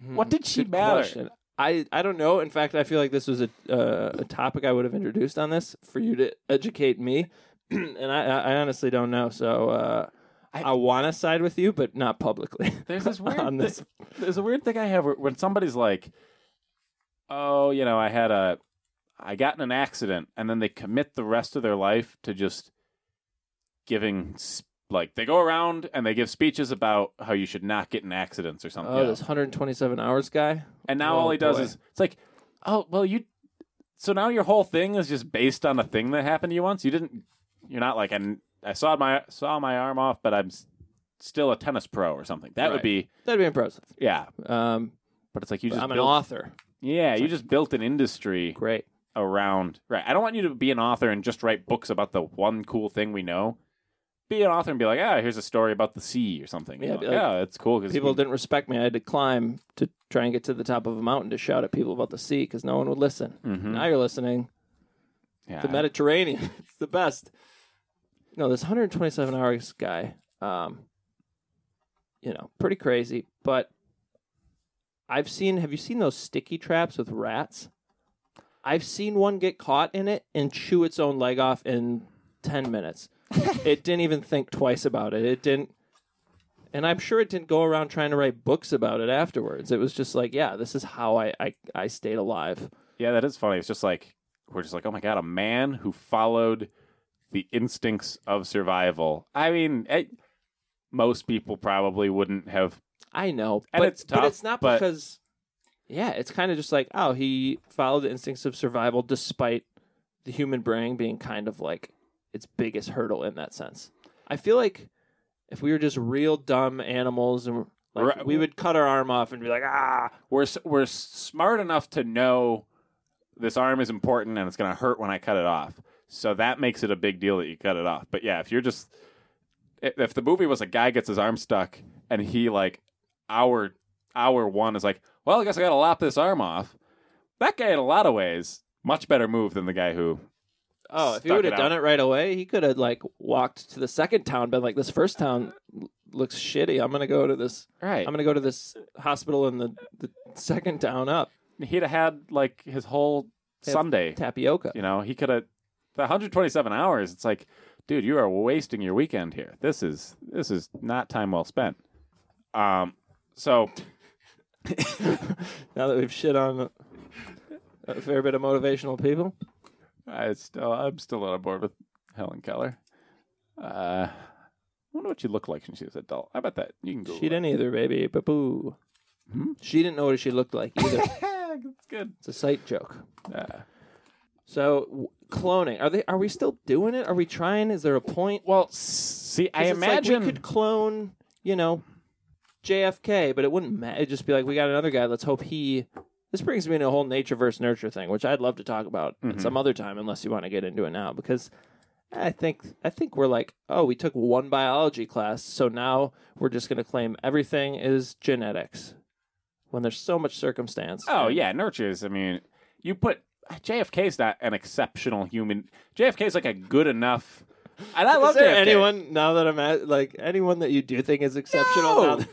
[SPEAKER 3] What did she
[SPEAKER 2] Hmm, Good
[SPEAKER 3] matter?
[SPEAKER 2] question. I, I don't know. In fact, I feel like this was a uh, a topic I would have introduced on this for you to educate me, [clears throat] and I, I I honestly don't know. So uh, I, want to side with you, but not publicly. [laughs]
[SPEAKER 3] There's this weird.
[SPEAKER 2] on this.
[SPEAKER 3] thi- there's a weird thing I have where, when somebody's like, "Oh, you know, I had a, I got in an accident," and then they commit the rest of their life to just giving, s- like, they go around and they give speeches about how you should not get in accidents or something.
[SPEAKER 2] Oh,
[SPEAKER 3] you know?
[SPEAKER 2] this 127 hours guy.
[SPEAKER 3] and now
[SPEAKER 2] oh,
[SPEAKER 3] all he does
[SPEAKER 2] boy.
[SPEAKER 3] is it's like, "Oh, well, you." So now your whole thing is just based on a thing that happened to you once. You didn't. You're not like, and I saw my saw my arm off, but I'm s- still a tennis pro or something. That would
[SPEAKER 2] Right.
[SPEAKER 3] be.
[SPEAKER 2] That'd be impressive.
[SPEAKER 3] Yeah,
[SPEAKER 2] Um,
[SPEAKER 3] but it's like you just
[SPEAKER 2] I'm an
[SPEAKER 3] built,
[SPEAKER 2] author.
[SPEAKER 3] yeah, you just built an industry
[SPEAKER 2] Great.
[SPEAKER 3] around right. I don't want you to be an author and just write books about the one cool thing we know. Be an author and be like, ah, here's a story about the sea or something.
[SPEAKER 2] Yeah,
[SPEAKER 3] Yeah,
[SPEAKER 2] be like-
[SPEAKER 3] yeah, it's cool because
[SPEAKER 2] people didn't respect me. I had to climb to try and get to the top of a mountain to shout at people about the sea because no one would listen. Now you're listening.
[SPEAKER 3] yeah,
[SPEAKER 2] The Mediterranean, [laughs] it's the best. No, this 127 hours guy, um, you know, pretty crazy. But I've seen. Have you seen those sticky traps with rats? I've seen one get caught in it and chew its own leg off and 10 minutes. it didn't even think twice about it. It didn't. And I'm sure it didn't go around trying to write books about it afterwards. It was just like, yeah, this is how I, I, I stayed alive.
[SPEAKER 3] Yeah, that is funny. It's just like we're just like, oh my god, a man who followed the instincts of survival. I mean, eh, most people probably wouldn't have.
[SPEAKER 2] I know,
[SPEAKER 3] And
[SPEAKER 2] but
[SPEAKER 3] it's
[SPEAKER 2] but
[SPEAKER 3] tough,
[SPEAKER 2] it's not
[SPEAKER 3] but-
[SPEAKER 2] because. Yeah, it's kind of just like, oh, he followed the instincts of survival despite the human brain being kind of like its biggest hurdle in that sense. I feel like if we were just real dumb animals and like
[SPEAKER 3] Right.
[SPEAKER 2] we would cut our arm off and be like, ah,
[SPEAKER 3] We're s- we're s- smart enough to know this arm is important and it's going to hurt when I cut it off. So that makes it a big deal that you cut it off. But yeah, if you're just i- if the movie was a guy gets his arm stuck and he like hour hour one is like, well, I guess I got to lop this arm off. That guy in a lot of ways much better move than the guy who
[SPEAKER 2] oh, if he
[SPEAKER 3] Stuck
[SPEAKER 2] would
[SPEAKER 3] it
[SPEAKER 2] have done
[SPEAKER 3] out.
[SPEAKER 2] it right away, he could have like walked to the second town, been like, this first town l- looks shitty. I'm gonna go to this.
[SPEAKER 3] right.
[SPEAKER 2] I'm gonna go to this hospital in the, the second town up,
[SPEAKER 3] he'd have had like his whole
[SPEAKER 2] Yeah.
[SPEAKER 3] Sunday.
[SPEAKER 2] tapioca.
[SPEAKER 3] You know, he could have the 127 hours. It's like, dude, you are wasting your weekend here. This is this is not time well spent. Um, so
[SPEAKER 2] Now that we've shit on a fair bit of motivational people,
[SPEAKER 3] I still I'm still on board with Helen Keller. Uh, I wonder what she looked like when she was an adult. I bet that you can go.
[SPEAKER 2] she
[SPEAKER 3] [laughs]
[SPEAKER 2] didn't either, baby. But boo, she didn't know what she looked like either.
[SPEAKER 3] That's good.
[SPEAKER 2] it's a sight joke.
[SPEAKER 3] Uh,
[SPEAKER 2] So w- cloning, are they? Are we still doing it? Are we trying? Is there a point?
[SPEAKER 3] well, see, I
[SPEAKER 2] 'Cause it's like
[SPEAKER 3] imagine
[SPEAKER 2] we could clone, you know, JFK, but it wouldn't matter. It'd just be like, we got another guy. Let's hope he. This brings me into a whole nature versus nurture thing, which I'd love to talk about
[SPEAKER 3] Mm-hmm.
[SPEAKER 2] at some other time, unless you want to get into it now, because I think I think we're like, oh, we took one biology class, so now we're just going to claim everything is genetics, when there's so much circumstance.
[SPEAKER 3] Oh yeah, nurtures. I mean, you put JFK's not an exceptional human. JFK's like a good enough. And I love
[SPEAKER 2] Is there
[SPEAKER 3] JFK.
[SPEAKER 2] anyone now that I'm at, like anyone that you do think is exceptional?
[SPEAKER 3] No!
[SPEAKER 2] Now that-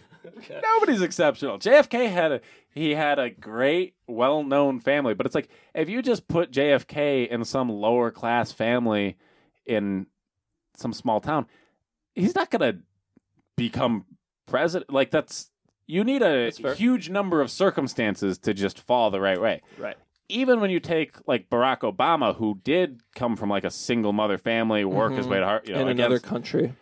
[SPEAKER 3] Nobody's exceptional. JFK had a he had a great, well known family, but it's like if you just put JFK in some lower class family in some small town, he's not gonna become president. Like that's you need a
[SPEAKER 2] That's fair.
[SPEAKER 3] huge number of circumstances to just fall the right way.
[SPEAKER 2] right.
[SPEAKER 3] even when you take like Barack Obama, who did come from like a single mother family, work his way to heart, you know,
[SPEAKER 2] in Mm-hmm. another
[SPEAKER 3] against-
[SPEAKER 2] country.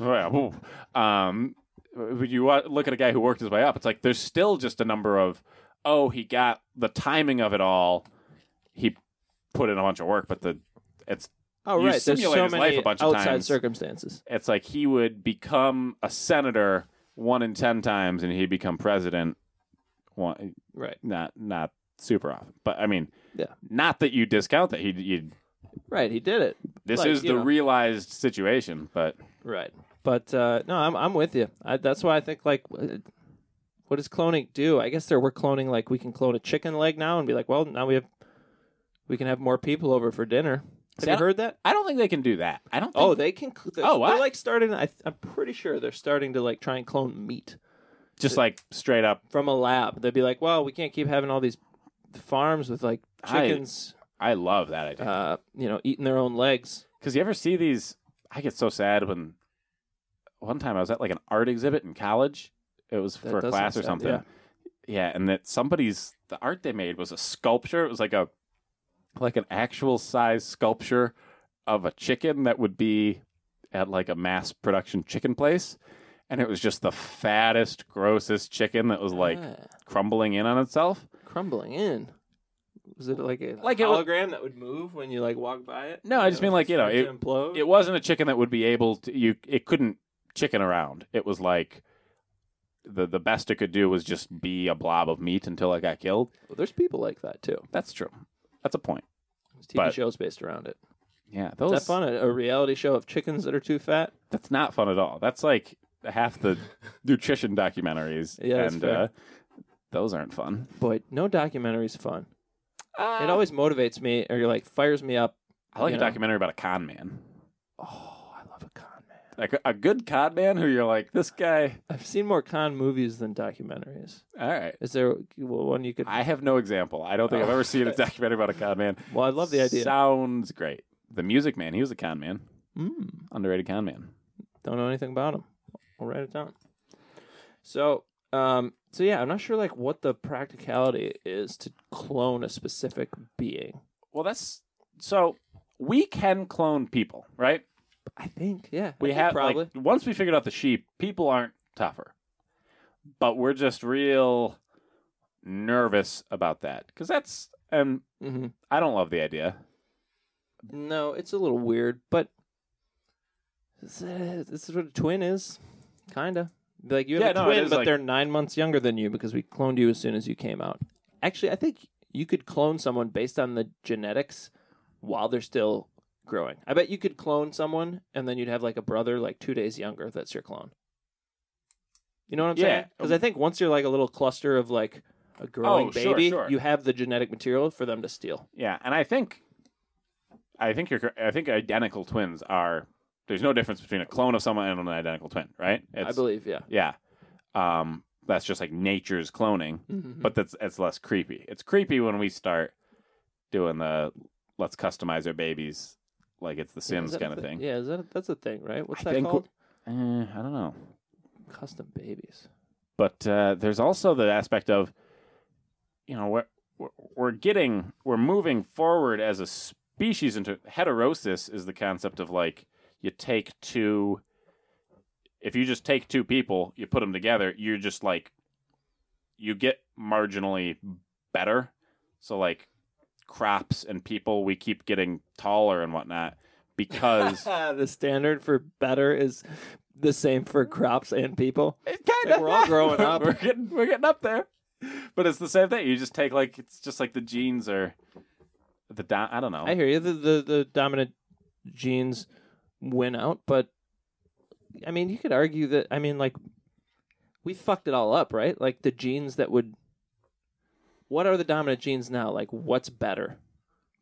[SPEAKER 3] Yeah, woo. um, when you wa- look at a guy who worked his way up, it's like there's still just a number of, oh, he got the timing of it all. He put in a bunch of work, but the it's
[SPEAKER 2] Oh,
[SPEAKER 3] You
[SPEAKER 2] right. There's
[SPEAKER 3] simulate
[SPEAKER 2] so
[SPEAKER 3] his
[SPEAKER 2] many
[SPEAKER 3] life a bunch of
[SPEAKER 2] outside
[SPEAKER 3] times.
[SPEAKER 2] circumstances.
[SPEAKER 3] it's like he would become a senator one in ten times, and he'd become president one
[SPEAKER 2] Right.
[SPEAKER 3] not not super often, but I mean,
[SPEAKER 2] Yeah.
[SPEAKER 3] not that you discount that he you
[SPEAKER 2] Right. He did it.
[SPEAKER 3] This
[SPEAKER 2] Like,
[SPEAKER 3] is
[SPEAKER 2] you
[SPEAKER 3] the
[SPEAKER 2] know.
[SPEAKER 3] realized situation, but
[SPEAKER 2] Right. But uh, no, I'm I'm with you. I, that's why I think like, uh, what does cloning do? I guess there we're cloning like we can clone a chicken leg now and be like, well, now we have, we can have more people over for dinner. Have
[SPEAKER 3] See, I
[SPEAKER 2] you
[SPEAKER 3] don't-
[SPEAKER 2] heard that?
[SPEAKER 3] I don't think they can do that. I don't. Think,
[SPEAKER 2] Oh, they can. cl- They're,
[SPEAKER 3] Oh, what?
[SPEAKER 2] they're like starting. I, I'm pretty sure they're starting to like try and clone meat
[SPEAKER 3] just like straight up.
[SPEAKER 2] from a lab. They'd be like, well, we can't keep having all these farms with like
[SPEAKER 3] I-
[SPEAKER 2] chickens,
[SPEAKER 3] I love that idea.
[SPEAKER 2] uh, you know, eating their own legs.
[SPEAKER 3] Because you ever see these? I get so sad when. One time I was at like an art exhibit in college. It was
[SPEAKER 2] That
[SPEAKER 3] for a
[SPEAKER 2] does
[SPEAKER 3] class or
[SPEAKER 2] sound sad,
[SPEAKER 3] something. yeah, and that somebody's the art they made was a sculpture. It was like a like an actual size sculpture of a chicken that would be at like a mass production chicken place. And it was just the fattest, grossest chicken that was like
[SPEAKER 2] Ah.
[SPEAKER 3] crumbling in on itself.
[SPEAKER 2] crumbling in. Was it like a
[SPEAKER 3] Like
[SPEAKER 2] like
[SPEAKER 3] it was-
[SPEAKER 2] hologram that would move when you like walk by it?
[SPEAKER 3] No, I just mean, like, you know,
[SPEAKER 2] start to implode.
[SPEAKER 3] it wasn't a chicken that would be able to you it couldn't chicken around it was like the the best it could do was just be a blob of meat until it got killed
[SPEAKER 2] Well, there's people like that too.
[SPEAKER 3] that's true that's a point
[SPEAKER 2] There's TV
[SPEAKER 3] But-
[SPEAKER 2] shows based around it.
[SPEAKER 3] yeah
[SPEAKER 2] Is
[SPEAKER 3] those
[SPEAKER 2] that fun? A, a reality show of chickens that are too fat?
[SPEAKER 3] that's not fun at all that's like half
[SPEAKER 2] [laughs]
[SPEAKER 3] the nutrition documentaries
[SPEAKER 2] Yeah, that's
[SPEAKER 3] and
[SPEAKER 2] fair.
[SPEAKER 3] uh those aren't fun
[SPEAKER 2] Boy, no documentary's fun.
[SPEAKER 3] uh,
[SPEAKER 2] It always motivates me, or like fires me up.
[SPEAKER 3] i like
[SPEAKER 2] you
[SPEAKER 3] a
[SPEAKER 2] know.
[SPEAKER 3] documentary about a con man
[SPEAKER 2] Oh, I love a con man.
[SPEAKER 3] like a- a good con man who you're like this guy
[SPEAKER 2] I've seen more con movies than documentaries.
[SPEAKER 3] all right
[SPEAKER 2] Is there one you could? [laughs]
[SPEAKER 3] i have no example i don't think i've ever seen a documentary about a con man
[SPEAKER 2] Well, I love the idea.
[SPEAKER 3] sounds great The Music Man. He was a con man.
[SPEAKER 2] Mm.
[SPEAKER 3] Underrated con man.
[SPEAKER 2] don't know anything about them. I'll write it down. So, um, so yeah, I'm not sure like what the practicality is to clone a specific being.
[SPEAKER 3] Well, that's so we can clone people, right?
[SPEAKER 2] I think, yeah, I
[SPEAKER 3] We
[SPEAKER 2] think
[SPEAKER 3] have
[SPEAKER 2] probably.
[SPEAKER 3] like once we figured out the sheep, people aren't tougher, but we're just real nervous about that because that's and
[SPEAKER 2] hmm
[SPEAKER 3] I don't love the idea.
[SPEAKER 2] No, it's a little weird, but this is this is what a twin is, kinda. Like you have
[SPEAKER 3] Yeah,
[SPEAKER 2] a
[SPEAKER 3] no, it
[SPEAKER 2] twin,
[SPEAKER 3] is,
[SPEAKER 2] but
[SPEAKER 3] like-
[SPEAKER 2] they're nine months younger than you because we cloned you as soon as you came out. Actually, I think you could clone someone based on the genetics while they're still growing. I bet you could clone someone and then you'd have like a brother like two days younger that's your clone. You know what I'm
[SPEAKER 3] Yeah. um,
[SPEAKER 2] saying? Because I think once you're like a little cluster of like a growing
[SPEAKER 3] Oh, sure,
[SPEAKER 2] baby,
[SPEAKER 3] sure.
[SPEAKER 2] you have the genetic material for them to steal.
[SPEAKER 3] Yeah, and I think, I think you're. cor- I think identical twins are. There's no difference between a clone of someone and an identical twin, right?
[SPEAKER 2] I
[SPEAKER 3] It's-
[SPEAKER 2] believe, yeah.
[SPEAKER 3] Yeah, um, that's just like nature's cloning,
[SPEAKER 2] Mhm.
[SPEAKER 3] but that's it's less creepy. It's creepy when we start doing the let's customize our babies like it's The
[SPEAKER 2] Yeah,
[SPEAKER 3] Sims
[SPEAKER 2] is that
[SPEAKER 3] kind
[SPEAKER 2] a
[SPEAKER 3] of
[SPEAKER 2] thi-
[SPEAKER 3] thing.
[SPEAKER 2] Yeah, is that that's a thing, right? What's
[SPEAKER 3] I
[SPEAKER 2] that
[SPEAKER 3] think
[SPEAKER 2] called?
[SPEAKER 3] Eh, I don't know,
[SPEAKER 2] Custom babies.
[SPEAKER 3] but uh, there's also the aspect of, you know, we're we're- we're getting we're moving forward as a species into heterosis is the concept of like you take two if you just take two people you put them together you're just like you get marginally better so like crops and people we keep getting taller and whatnot because
[SPEAKER 2] Uh, the standard for better is the same for crops and people.
[SPEAKER 3] It kind
[SPEAKER 2] Like, we're all
[SPEAKER 3] [laughs]
[SPEAKER 2] growing up.
[SPEAKER 3] we're getting we're getting up there. But it's the same thing. You just take like it's just like the genes are the do- I don't know.
[SPEAKER 2] I hear you. The, the the dominant genes win out, but I mean, you could argue that. I mean, like we fucked it all up, right? Like the genes that would. What are the dominant genes now? Like, what's better?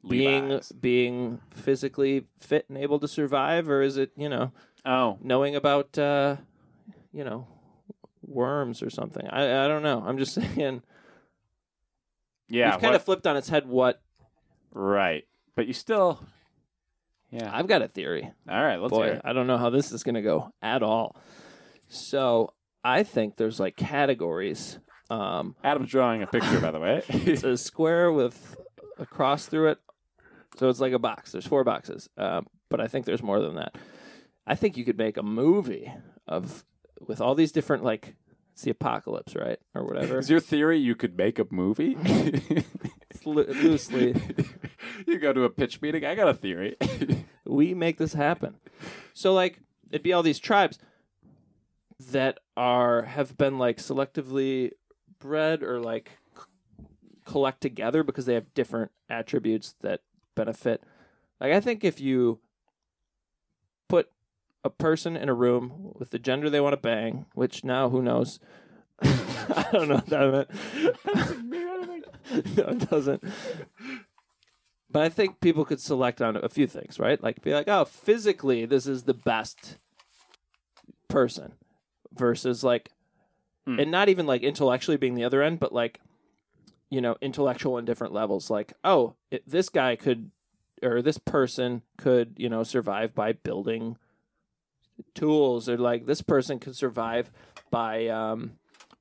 [SPEAKER 2] Being
[SPEAKER 3] Levi's.
[SPEAKER 2] being physically fit and able to survive, or is it you know
[SPEAKER 3] oh
[SPEAKER 2] knowing about uh, you know worms or something. I I don't know. I'm just [laughs] saying
[SPEAKER 3] yeah,
[SPEAKER 2] we've kind
[SPEAKER 3] what-
[SPEAKER 2] of flipped on its head. What
[SPEAKER 3] right. But you still, yeah.
[SPEAKER 2] I've got a theory.
[SPEAKER 3] All right, let's
[SPEAKER 2] Boy,
[SPEAKER 3] hear it.
[SPEAKER 2] I don't know how this is going to go at all. So I think there's like categories.
[SPEAKER 3] [laughs]
[SPEAKER 2] Um,
[SPEAKER 3] Adam's drawing a picture, by the way.
[SPEAKER 2] [laughs] it's a square with a cross through it, so it's like a box. There's four boxes, um, but I think there's more than that. I think you could make a movie of with all these different like it's the apocalypse, right, or whatever.
[SPEAKER 3] [laughs] Is your theory you could make a
[SPEAKER 2] [laughs]
[SPEAKER 3] movie?
[SPEAKER 2] Lo- loosely.
[SPEAKER 3] you go to a pitch meeting. I got a theory. [laughs]
[SPEAKER 2] We make this happen. So like it'd be all these tribes that are have been like selectively bred or like c- collect together because they have different attributes that benefit. Like I think if you put a person in a room with the gender they want to bang, which now who knows? [laughs] I don't know what that meant. [laughs] no, it doesn't. But I think people could select on a few things, right? Like be like, oh, physically, this is the best person versus like,
[SPEAKER 3] Hmm.
[SPEAKER 2] and not even like intellectually being the other end, but like, you know, intellectual and different levels. Like, oh, it, this guy could, or this person could, you know, survive by building tools, or like this person could survive by, um,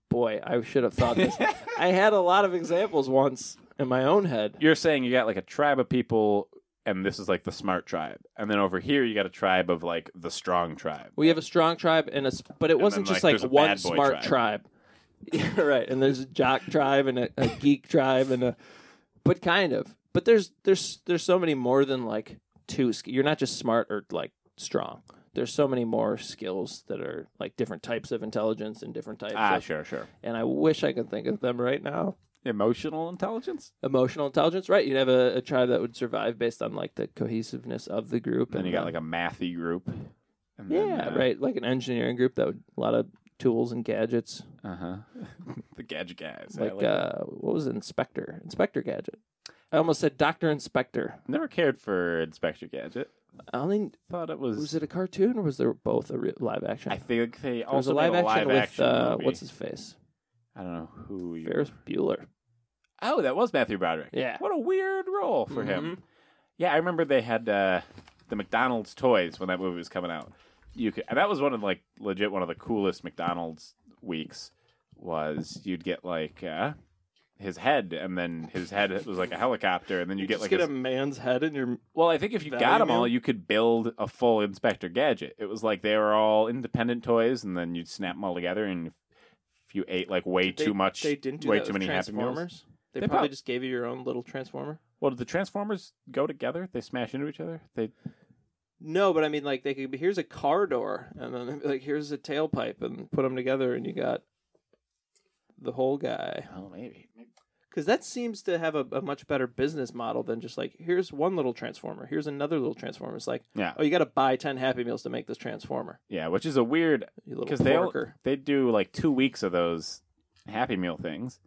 [SPEAKER 2] boy, I should have thought this. I had a lot of examples once in my own head.
[SPEAKER 3] you're saying you got like a tribe of people and this is like the smart tribe and then over here you got a tribe of like the strong tribe
[SPEAKER 2] We have a strong tribe and a, s- but it wasn't
[SPEAKER 3] then,
[SPEAKER 2] just
[SPEAKER 3] like,
[SPEAKER 2] like,
[SPEAKER 3] there's a
[SPEAKER 2] one
[SPEAKER 3] bad boy
[SPEAKER 2] smart tribe. [laughs] Yeah, right. And there's a jock tribe and a, a geek tribe and a, but kind of. But there's there's there's so many more than like two. sk- You're not just smart or like strong. There's so many more skills that are like different types of intelligence and different types.
[SPEAKER 3] ah
[SPEAKER 2] of,
[SPEAKER 3] sure sure
[SPEAKER 2] And I wish I could think of them right now.
[SPEAKER 3] emotional intelligence
[SPEAKER 2] Emotional intelligence, right? You'd have a, a tribe that would survive based on like the cohesiveness of the group.
[SPEAKER 3] and then you got
[SPEAKER 2] the-
[SPEAKER 3] like a mathy group and then,
[SPEAKER 2] Uh-huh. Yeah,
[SPEAKER 3] uh,
[SPEAKER 2] right. Like an engineering group that would a lot of tools and gadgets.
[SPEAKER 3] uh-huh [laughs] the gadget guys I
[SPEAKER 2] Like, uh, what was it? Inspector, Inspector Gadget. I almost said Doctor Inspector.
[SPEAKER 3] never cared for inspector gadget
[SPEAKER 2] I don't think
[SPEAKER 3] thought it was,
[SPEAKER 2] was it a cartoon or was there both a re- live action?
[SPEAKER 3] i think they
[SPEAKER 2] there was
[SPEAKER 3] also
[SPEAKER 2] a live
[SPEAKER 3] made a live
[SPEAKER 2] action with
[SPEAKER 3] action
[SPEAKER 2] uh,
[SPEAKER 3] movie.
[SPEAKER 2] what's his face?
[SPEAKER 3] i don't know who you
[SPEAKER 2] Ferris Bueller.
[SPEAKER 3] oh that was matthew broderick
[SPEAKER 2] Yeah.
[SPEAKER 3] what a weird role for him
[SPEAKER 2] Mhm.
[SPEAKER 3] yeah i remember they had uh the McDonald's toys when that movie was coming out. You could, and that was one of like legit one of the coolest McDonald's weeks. Was you'd get like uh, his head, and then his head was like a helicopter, and then you,
[SPEAKER 2] You
[SPEAKER 3] get
[SPEAKER 2] just
[SPEAKER 3] like
[SPEAKER 2] get
[SPEAKER 3] his-
[SPEAKER 2] a man's head in your.
[SPEAKER 3] well, I think if you
[SPEAKER 2] Value
[SPEAKER 3] got them
[SPEAKER 2] meal?
[SPEAKER 3] all, you could build a full Inspector Gadget. It was like they were all independent toys, and then you'd snap them all together. And if you ate like way
[SPEAKER 2] They-
[SPEAKER 3] too much,
[SPEAKER 2] They didn't do
[SPEAKER 3] way
[SPEAKER 2] that
[SPEAKER 3] too
[SPEAKER 2] with
[SPEAKER 3] many Happy Meals-
[SPEAKER 2] Transformers. They,
[SPEAKER 3] They
[SPEAKER 2] probably
[SPEAKER 3] prob-
[SPEAKER 2] just gave you your own little Transformer.
[SPEAKER 3] Well, did the Transformers go together? They smash into each other. They
[SPEAKER 2] No, but I mean, like they could. be Here's a car door, and then [laughs] they'd be like here's a tailpipe, and put them together, and you got the whole guy.
[SPEAKER 3] oh maybe. maybe.
[SPEAKER 2] Because that seems to have a, a much better business model than just like here's one little transformer, here's another little transformer. It's like,
[SPEAKER 3] Yeah.
[SPEAKER 2] oh, you got to buy ten Happy Meals to make this transformer.
[SPEAKER 3] Yeah, which is a weird
[SPEAKER 2] You little
[SPEAKER 3] because they all-
[SPEAKER 2] porker.
[SPEAKER 3] they do like two weeks of those Happy Meal things,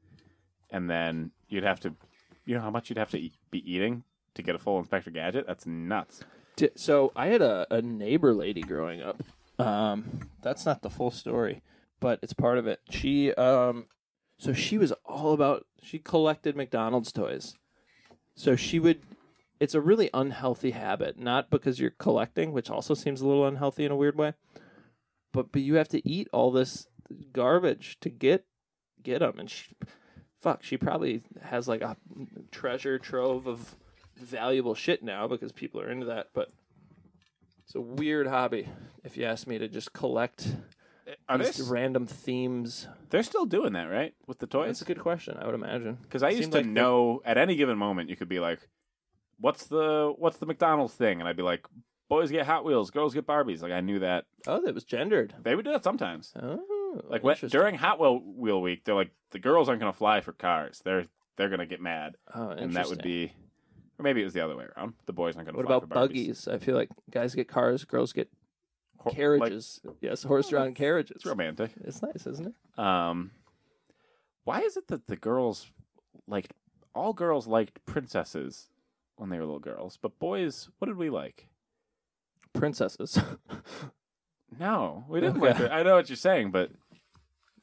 [SPEAKER 3] and then you'd have to, you know, how much you'd have to eat, be eating to get a full Inspector Gadget. That's nuts.
[SPEAKER 2] Di- So I had a, a neighbor lady growing up. Um, that's not the full story, but it's part of it. She um, so she was all about she collected McDonald's toys. So she would. It's a really unhealthy habit, not because you're collecting, which also seems a little unhealthy in a weird way, but but you have to eat all this garbage to get get them, and she, fuck, she probably has like a treasure trove of valuable shit now because people are into that, but it's a weird hobby, if you ask me, to just collect
[SPEAKER 3] Are they?
[SPEAKER 2] these random themes.
[SPEAKER 3] They're still doing that, right? With the toys.
[SPEAKER 2] That's a good question, I would imagine.
[SPEAKER 3] Because I used
[SPEAKER 2] Seems
[SPEAKER 3] to
[SPEAKER 2] like they-
[SPEAKER 3] know at any given moment you could be like, "What's the what's the McDonald's thing?" and I'd be like, "Boys get Hot Wheels, girls get Barbies." Like I knew that
[SPEAKER 2] Oh, that was gendered.
[SPEAKER 3] they would do that sometimes.
[SPEAKER 2] Oh,
[SPEAKER 3] Like when,
[SPEAKER 2] interesting.
[SPEAKER 3] during Hot Wheel Wheel Week, they're like, "The girls aren't gonna fly for cars. They're they're gonna get mad,"
[SPEAKER 2] Oh,
[SPEAKER 3] and that would
[SPEAKER 2] interesting.
[SPEAKER 3] be, or maybe it was the other way around. The boys aren't gonna.
[SPEAKER 2] What
[SPEAKER 3] fly
[SPEAKER 2] about
[SPEAKER 3] for Barbies.
[SPEAKER 2] buggies? I feel like guys get cars, girls get
[SPEAKER 3] Ho- like, Oh,
[SPEAKER 2] carriages. yes, horse-drawn carriages.
[SPEAKER 3] it's romantic.
[SPEAKER 2] It's nice, isn't it?
[SPEAKER 3] Um, why is it that the girls liked all girls liked princesses when they were little girls, but boys, what did we like?
[SPEAKER 2] Princesses. [laughs]
[SPEAKER 3] No, we didn't
[SPEAKER 2] Okay. [laughs]
[SPEAKER 3] like it. I know what you're saying, but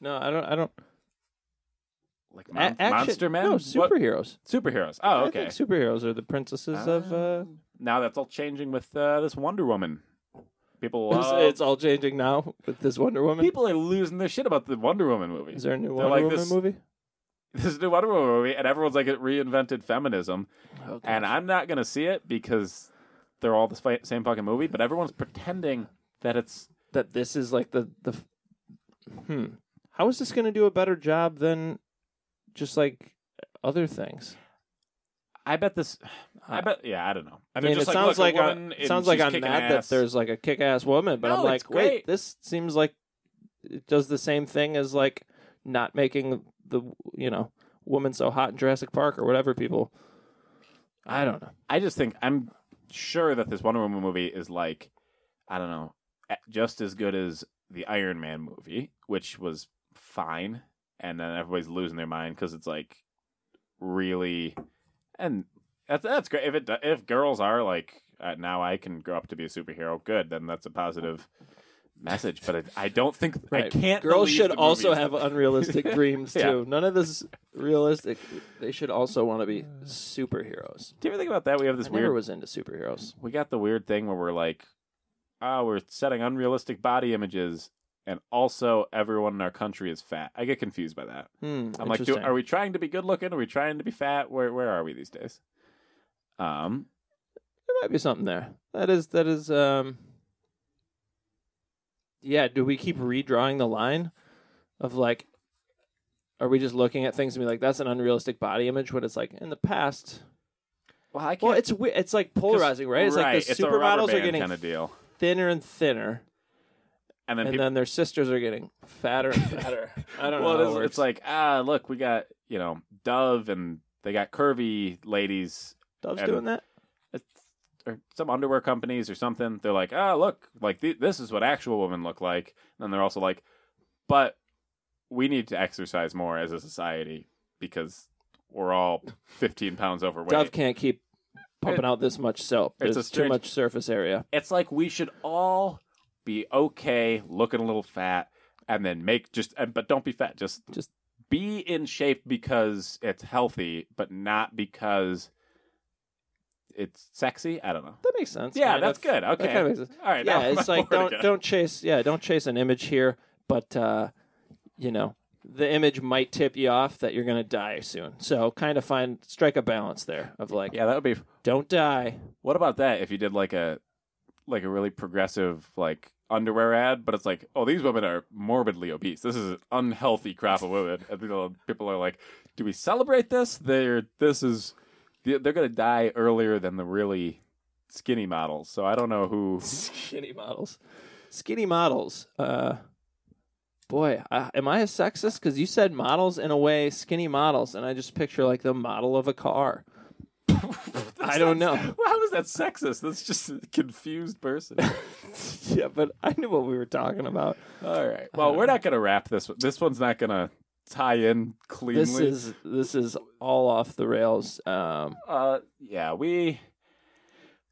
[SPEAKER 2] no, I don't. I don't.
[SPEAKER 3] like
[SPEAKER 2] A-
[SPEAKER 3] mon-
[SPEAKER 2] action-
[SPEAKER 3] monster men,
[SPEAKER 2] No,
[SPEAKER 3] What-
[SPEAKER 2] superheroes.
[SPEAKER 3] superheroes. Oh,
[SPEAKER 2] I
[SPEAKER 3] okay. Ah.
[SPEAKER 2] think superheroes are the princesses of. Uh,
[SPEAKER 3] now that's all changing with uh, this Wonder Woman. People,
[SPEAKER 2] It's,
[SPEAKER 3] love-
[SPEAKER 2] it's all changing now with this Wonder Woman.
[SPEAKER 3] people are losing their shit about the Wonder Woman movie. [laughs]
[SPEAKER 2] Is there a new Wonder
[SPEAKER 3] They're like
[SPEAKER 2] Woman
[SPEAKER 3] this-
[SPEAKER 2] movie?
[SPEAKER 3] This is a new Wonder Woman movie, and everyone's like, it reinvented feminism.
[SPEAKER 2] Okay.
[SPEAKER 3] And I'm not gonna see it because they're all the fi- same fucking movie. But everyone's pretending that it's
[SPEAKER 2] that this is like the the. Hmm. How is this going to do a better job than just like other things?
[SPEAKER 3] I bet this. [sighs] I bet. Yeah, I don't know.
[SPEAKER 2] I
[SPEAKER 3] They're
[SPEAKER 2] mean, it
[SPEAKER 3] just
[SPEAKER 2] sounds
[SPEAKER 3] look,
[SPEAKER 2] like,
[SPEAKER 3] a
[SPEAKER 2] on-
[SPEAKER 3] woman
[SPEAKER 2] it
[SPEAKER 3] and
[SPEAKER 2] sounds like
[SPEAKER 3] she's
[SPEAKER 2] I'm
[SPEAKER 3] kicking
[SPEAKER 2] mad that
[SPEAKER 3] ass.
[SPEAKER 2] there's like a kick ass woman, but
[SPEAKER 3] No,
[SPEAKER 2] I'm like,
[SPEAKER 3] it's
[SPEAKER 2] wait,
[SPEAKER 3] great.
[SPEAKER 2] this seems like it does the same thing as like not making the you know woman so hot in Jurassic Park or whatever people. I don't know.
[SPEAKER 3] I just think I'm sure that this Wonder Woman movie is like, I don't know, eh, just as good as the Iron Man movie, which was fine, and then everybody's losing their mind because it's like really, and that's that's great. If it do- if girls are like uh, now I can grow up to be a superhero, good, then that's a positive message. But it, I don't think I
[SPEAKER 2] Right.
[SPEAKER 3] can't.
[SPEAKER 2] Girls
[SPEAKER 3] believe
[SPEAKER 2] should
[SPEAKER 3] the
[SPEAKER 2] also
[SPEAKER 3] movie is-
[SPEAKER 2] have [laughs] unrealistic dreams too.
[SPEAKER 3] Yeah.
[SPEAKER 2] None of this is realistic. They should also want to be superheroes.
[SPEAKER 3] Do you ever think about that? We have this
[SPEAKER 2] I
[SPEAKER 3] weird
[SPEAKER 2] never was into superheroes.
[SPEAKER 3] we got the weird thing where we're like, oh, we're setting unrealistic body images, and also everyone in our country is fat. I get confused by that.
[SPEAKER 2] Hmm,
[SPEAKER 3] I'm like, do,
[SPEAKER 2] interesting.
[SPEAKER 3] are we trying to be good looking? Are we trying to be fat? Where where are we these days? Um,
[SPEAKER 2] there might be something there. That is that is um. Yeah, do we keep redrawing the line of like are we just looking at things and be like that's an unrealistic body image when it's like in the past
[SPEAKER 3] well, I can't.
[SPEAKER 2] well it's we- it's like polarizing right it's like the
[SPEAKER 3] a rubber
[SPEAKER 2] supermodels are
[SPEAKER 3] band
[SPEAKER 2] getting
[SPEAKER 3] kind of deal,
[SPEAKER 2] thinner and thinner
[SPEAKER 3] and then
[SPEAKER 2] and
[SPEAKER 3] people.
[SPEAKER 2] then their sisters are getting fatter and
[SPEAKER 3] [laughs]
[SPEAKER 2] fatter i don't
[SPEAKER 3] well,
[SPEAKER 2] know
[SPEAKER 3] it
[SPEAKER 2] how
[SPEAKER 3] is,
[SPEAKER 2] it
[SPEAKER 3] it's like ah, look, we got you know Dove, and they got curvy ladies
[SPEAKER 2] Dove's
[SPEAKER 3] and-
[SPEAKER 2] doing that.
[SPEAKER 3] it's- or some underwear companies or something. They're like, ah, look, like th- this is what actual women look like. And then they're also like, but we need to exercise more as a society because we're all
[SPEAKER 2] [laughs]
[SPEAKER 3] 15 pounds overweight.
[SPEAKER 2] Dove can't keep pumping out this much soap.
[SPEAKER 3] it's
[SPEAKER 2] There's
[SPEAKER 3] a
[SPEAKER 2] too
[SPEAKER 3] strange-
[SPEAKER 2] much surface area.
[SPEAKER 3] It's like we should all be okay looking a little fat and then make just, and, but don't be fat. Just,
[SPEAKER 2] Just-
[SPEAKER 3] be in shape because it's healthy, but not because it's sexy. I don't know.
[SPEAKER 2] That makes sense.
[SPEAKER 3] Yeah,
[SPEAKER 2] kind
[SPEAKER 3] that's
[SPEAKER 2] of.
[SPEAKER 3] good. Okay.
[SPEAKER 2] That kind of makes sense.
[SPEAKER 3] All right, now
[SPEAKER 2] Yeah, it's
[SPEAKER 3] I'm
[SPEAKER 2] like
[SPEAKER 3] bored
[SPEAKER 2] don't
[SPEAKER 3] again.
[SPEAKER 2] don't chase. Yeah, don't chase an image here, but uh, you know the image might tip you off that you're gonna die soon. So kind of find strike a balance there of like
[SPEAKER 3] Yeah, that would be.
[SPEAKER 2] don't die.
[SPEAKER 3] What about that? If you did like a like a really progressive like underwear ad, but it's like, oh, these women are morbidly obese. This is an unhealthy crop of women, and people- people are like, do we celebrate this? They're this is they're gonna die earlier than the really skinny models. So I don't
[SPEAKER 2] [laughs]
[SPEAKER 3] know who.
[SPEAKER 2] Skinny models, skinny models. Uh, boy, I, am I a sexist? Because you said models in a way, skinny models, and I just picture like the model of a car. [laughs] I don't know.
[SPEAKER 3] Well, how is that sexist? That's just a
[SPEAKER 2] [laughs]
[SPEAKER 3] confused person.
[SPEAKER 2] yeah, but I knew what we were talking about.
[SPEAKER 3] All right. Well, we're not gonna wrap this. one. This one's not gonna tie in cleanly.
[SPEAKER 2] This is this is all off the rails. Um,
[SPEAKER 3] uh yeah we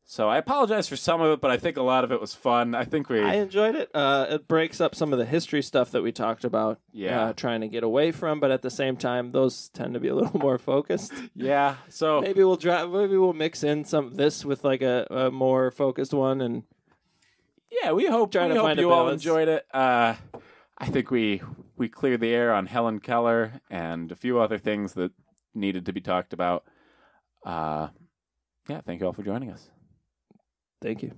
[SPEAKER 3] so i apologize for some of it but i think a lot of it was fun i think we
[SPEAKER 2] I enjoyed it. Uh, it breaks up some of the history stuff that we talked about.
[SPEAKER 3] Yeah.
[SPEAKER 2] uh, trying to get away from, but at the same time, those tend to be a little [laughs] more focused.
[SPEAKER 3] yeah
[SPEAKER 2] [laughs]
[SPEAKER 3] so
[SPEAKER 2] Maybe we'll drive. Maybe we'll mix in some this with like a, a more focused one, and
[SPEAKER 3] yeah we hope,
[SPEAKER 2] Trying
[SPEAKER 3] we
[SPEAKER 2] to
[SPEAKER 3] hope
[SPEAKER 2] find a
[SPEAKER 3] you all
[SPEAKER 2] balance.
[SPEAKER 3] enjoyed it uh i think we we cleared the air on helen keller and a few other things that needed to be talked about uh yeah thank you all for joining us
[SPEAKER 2] thank you.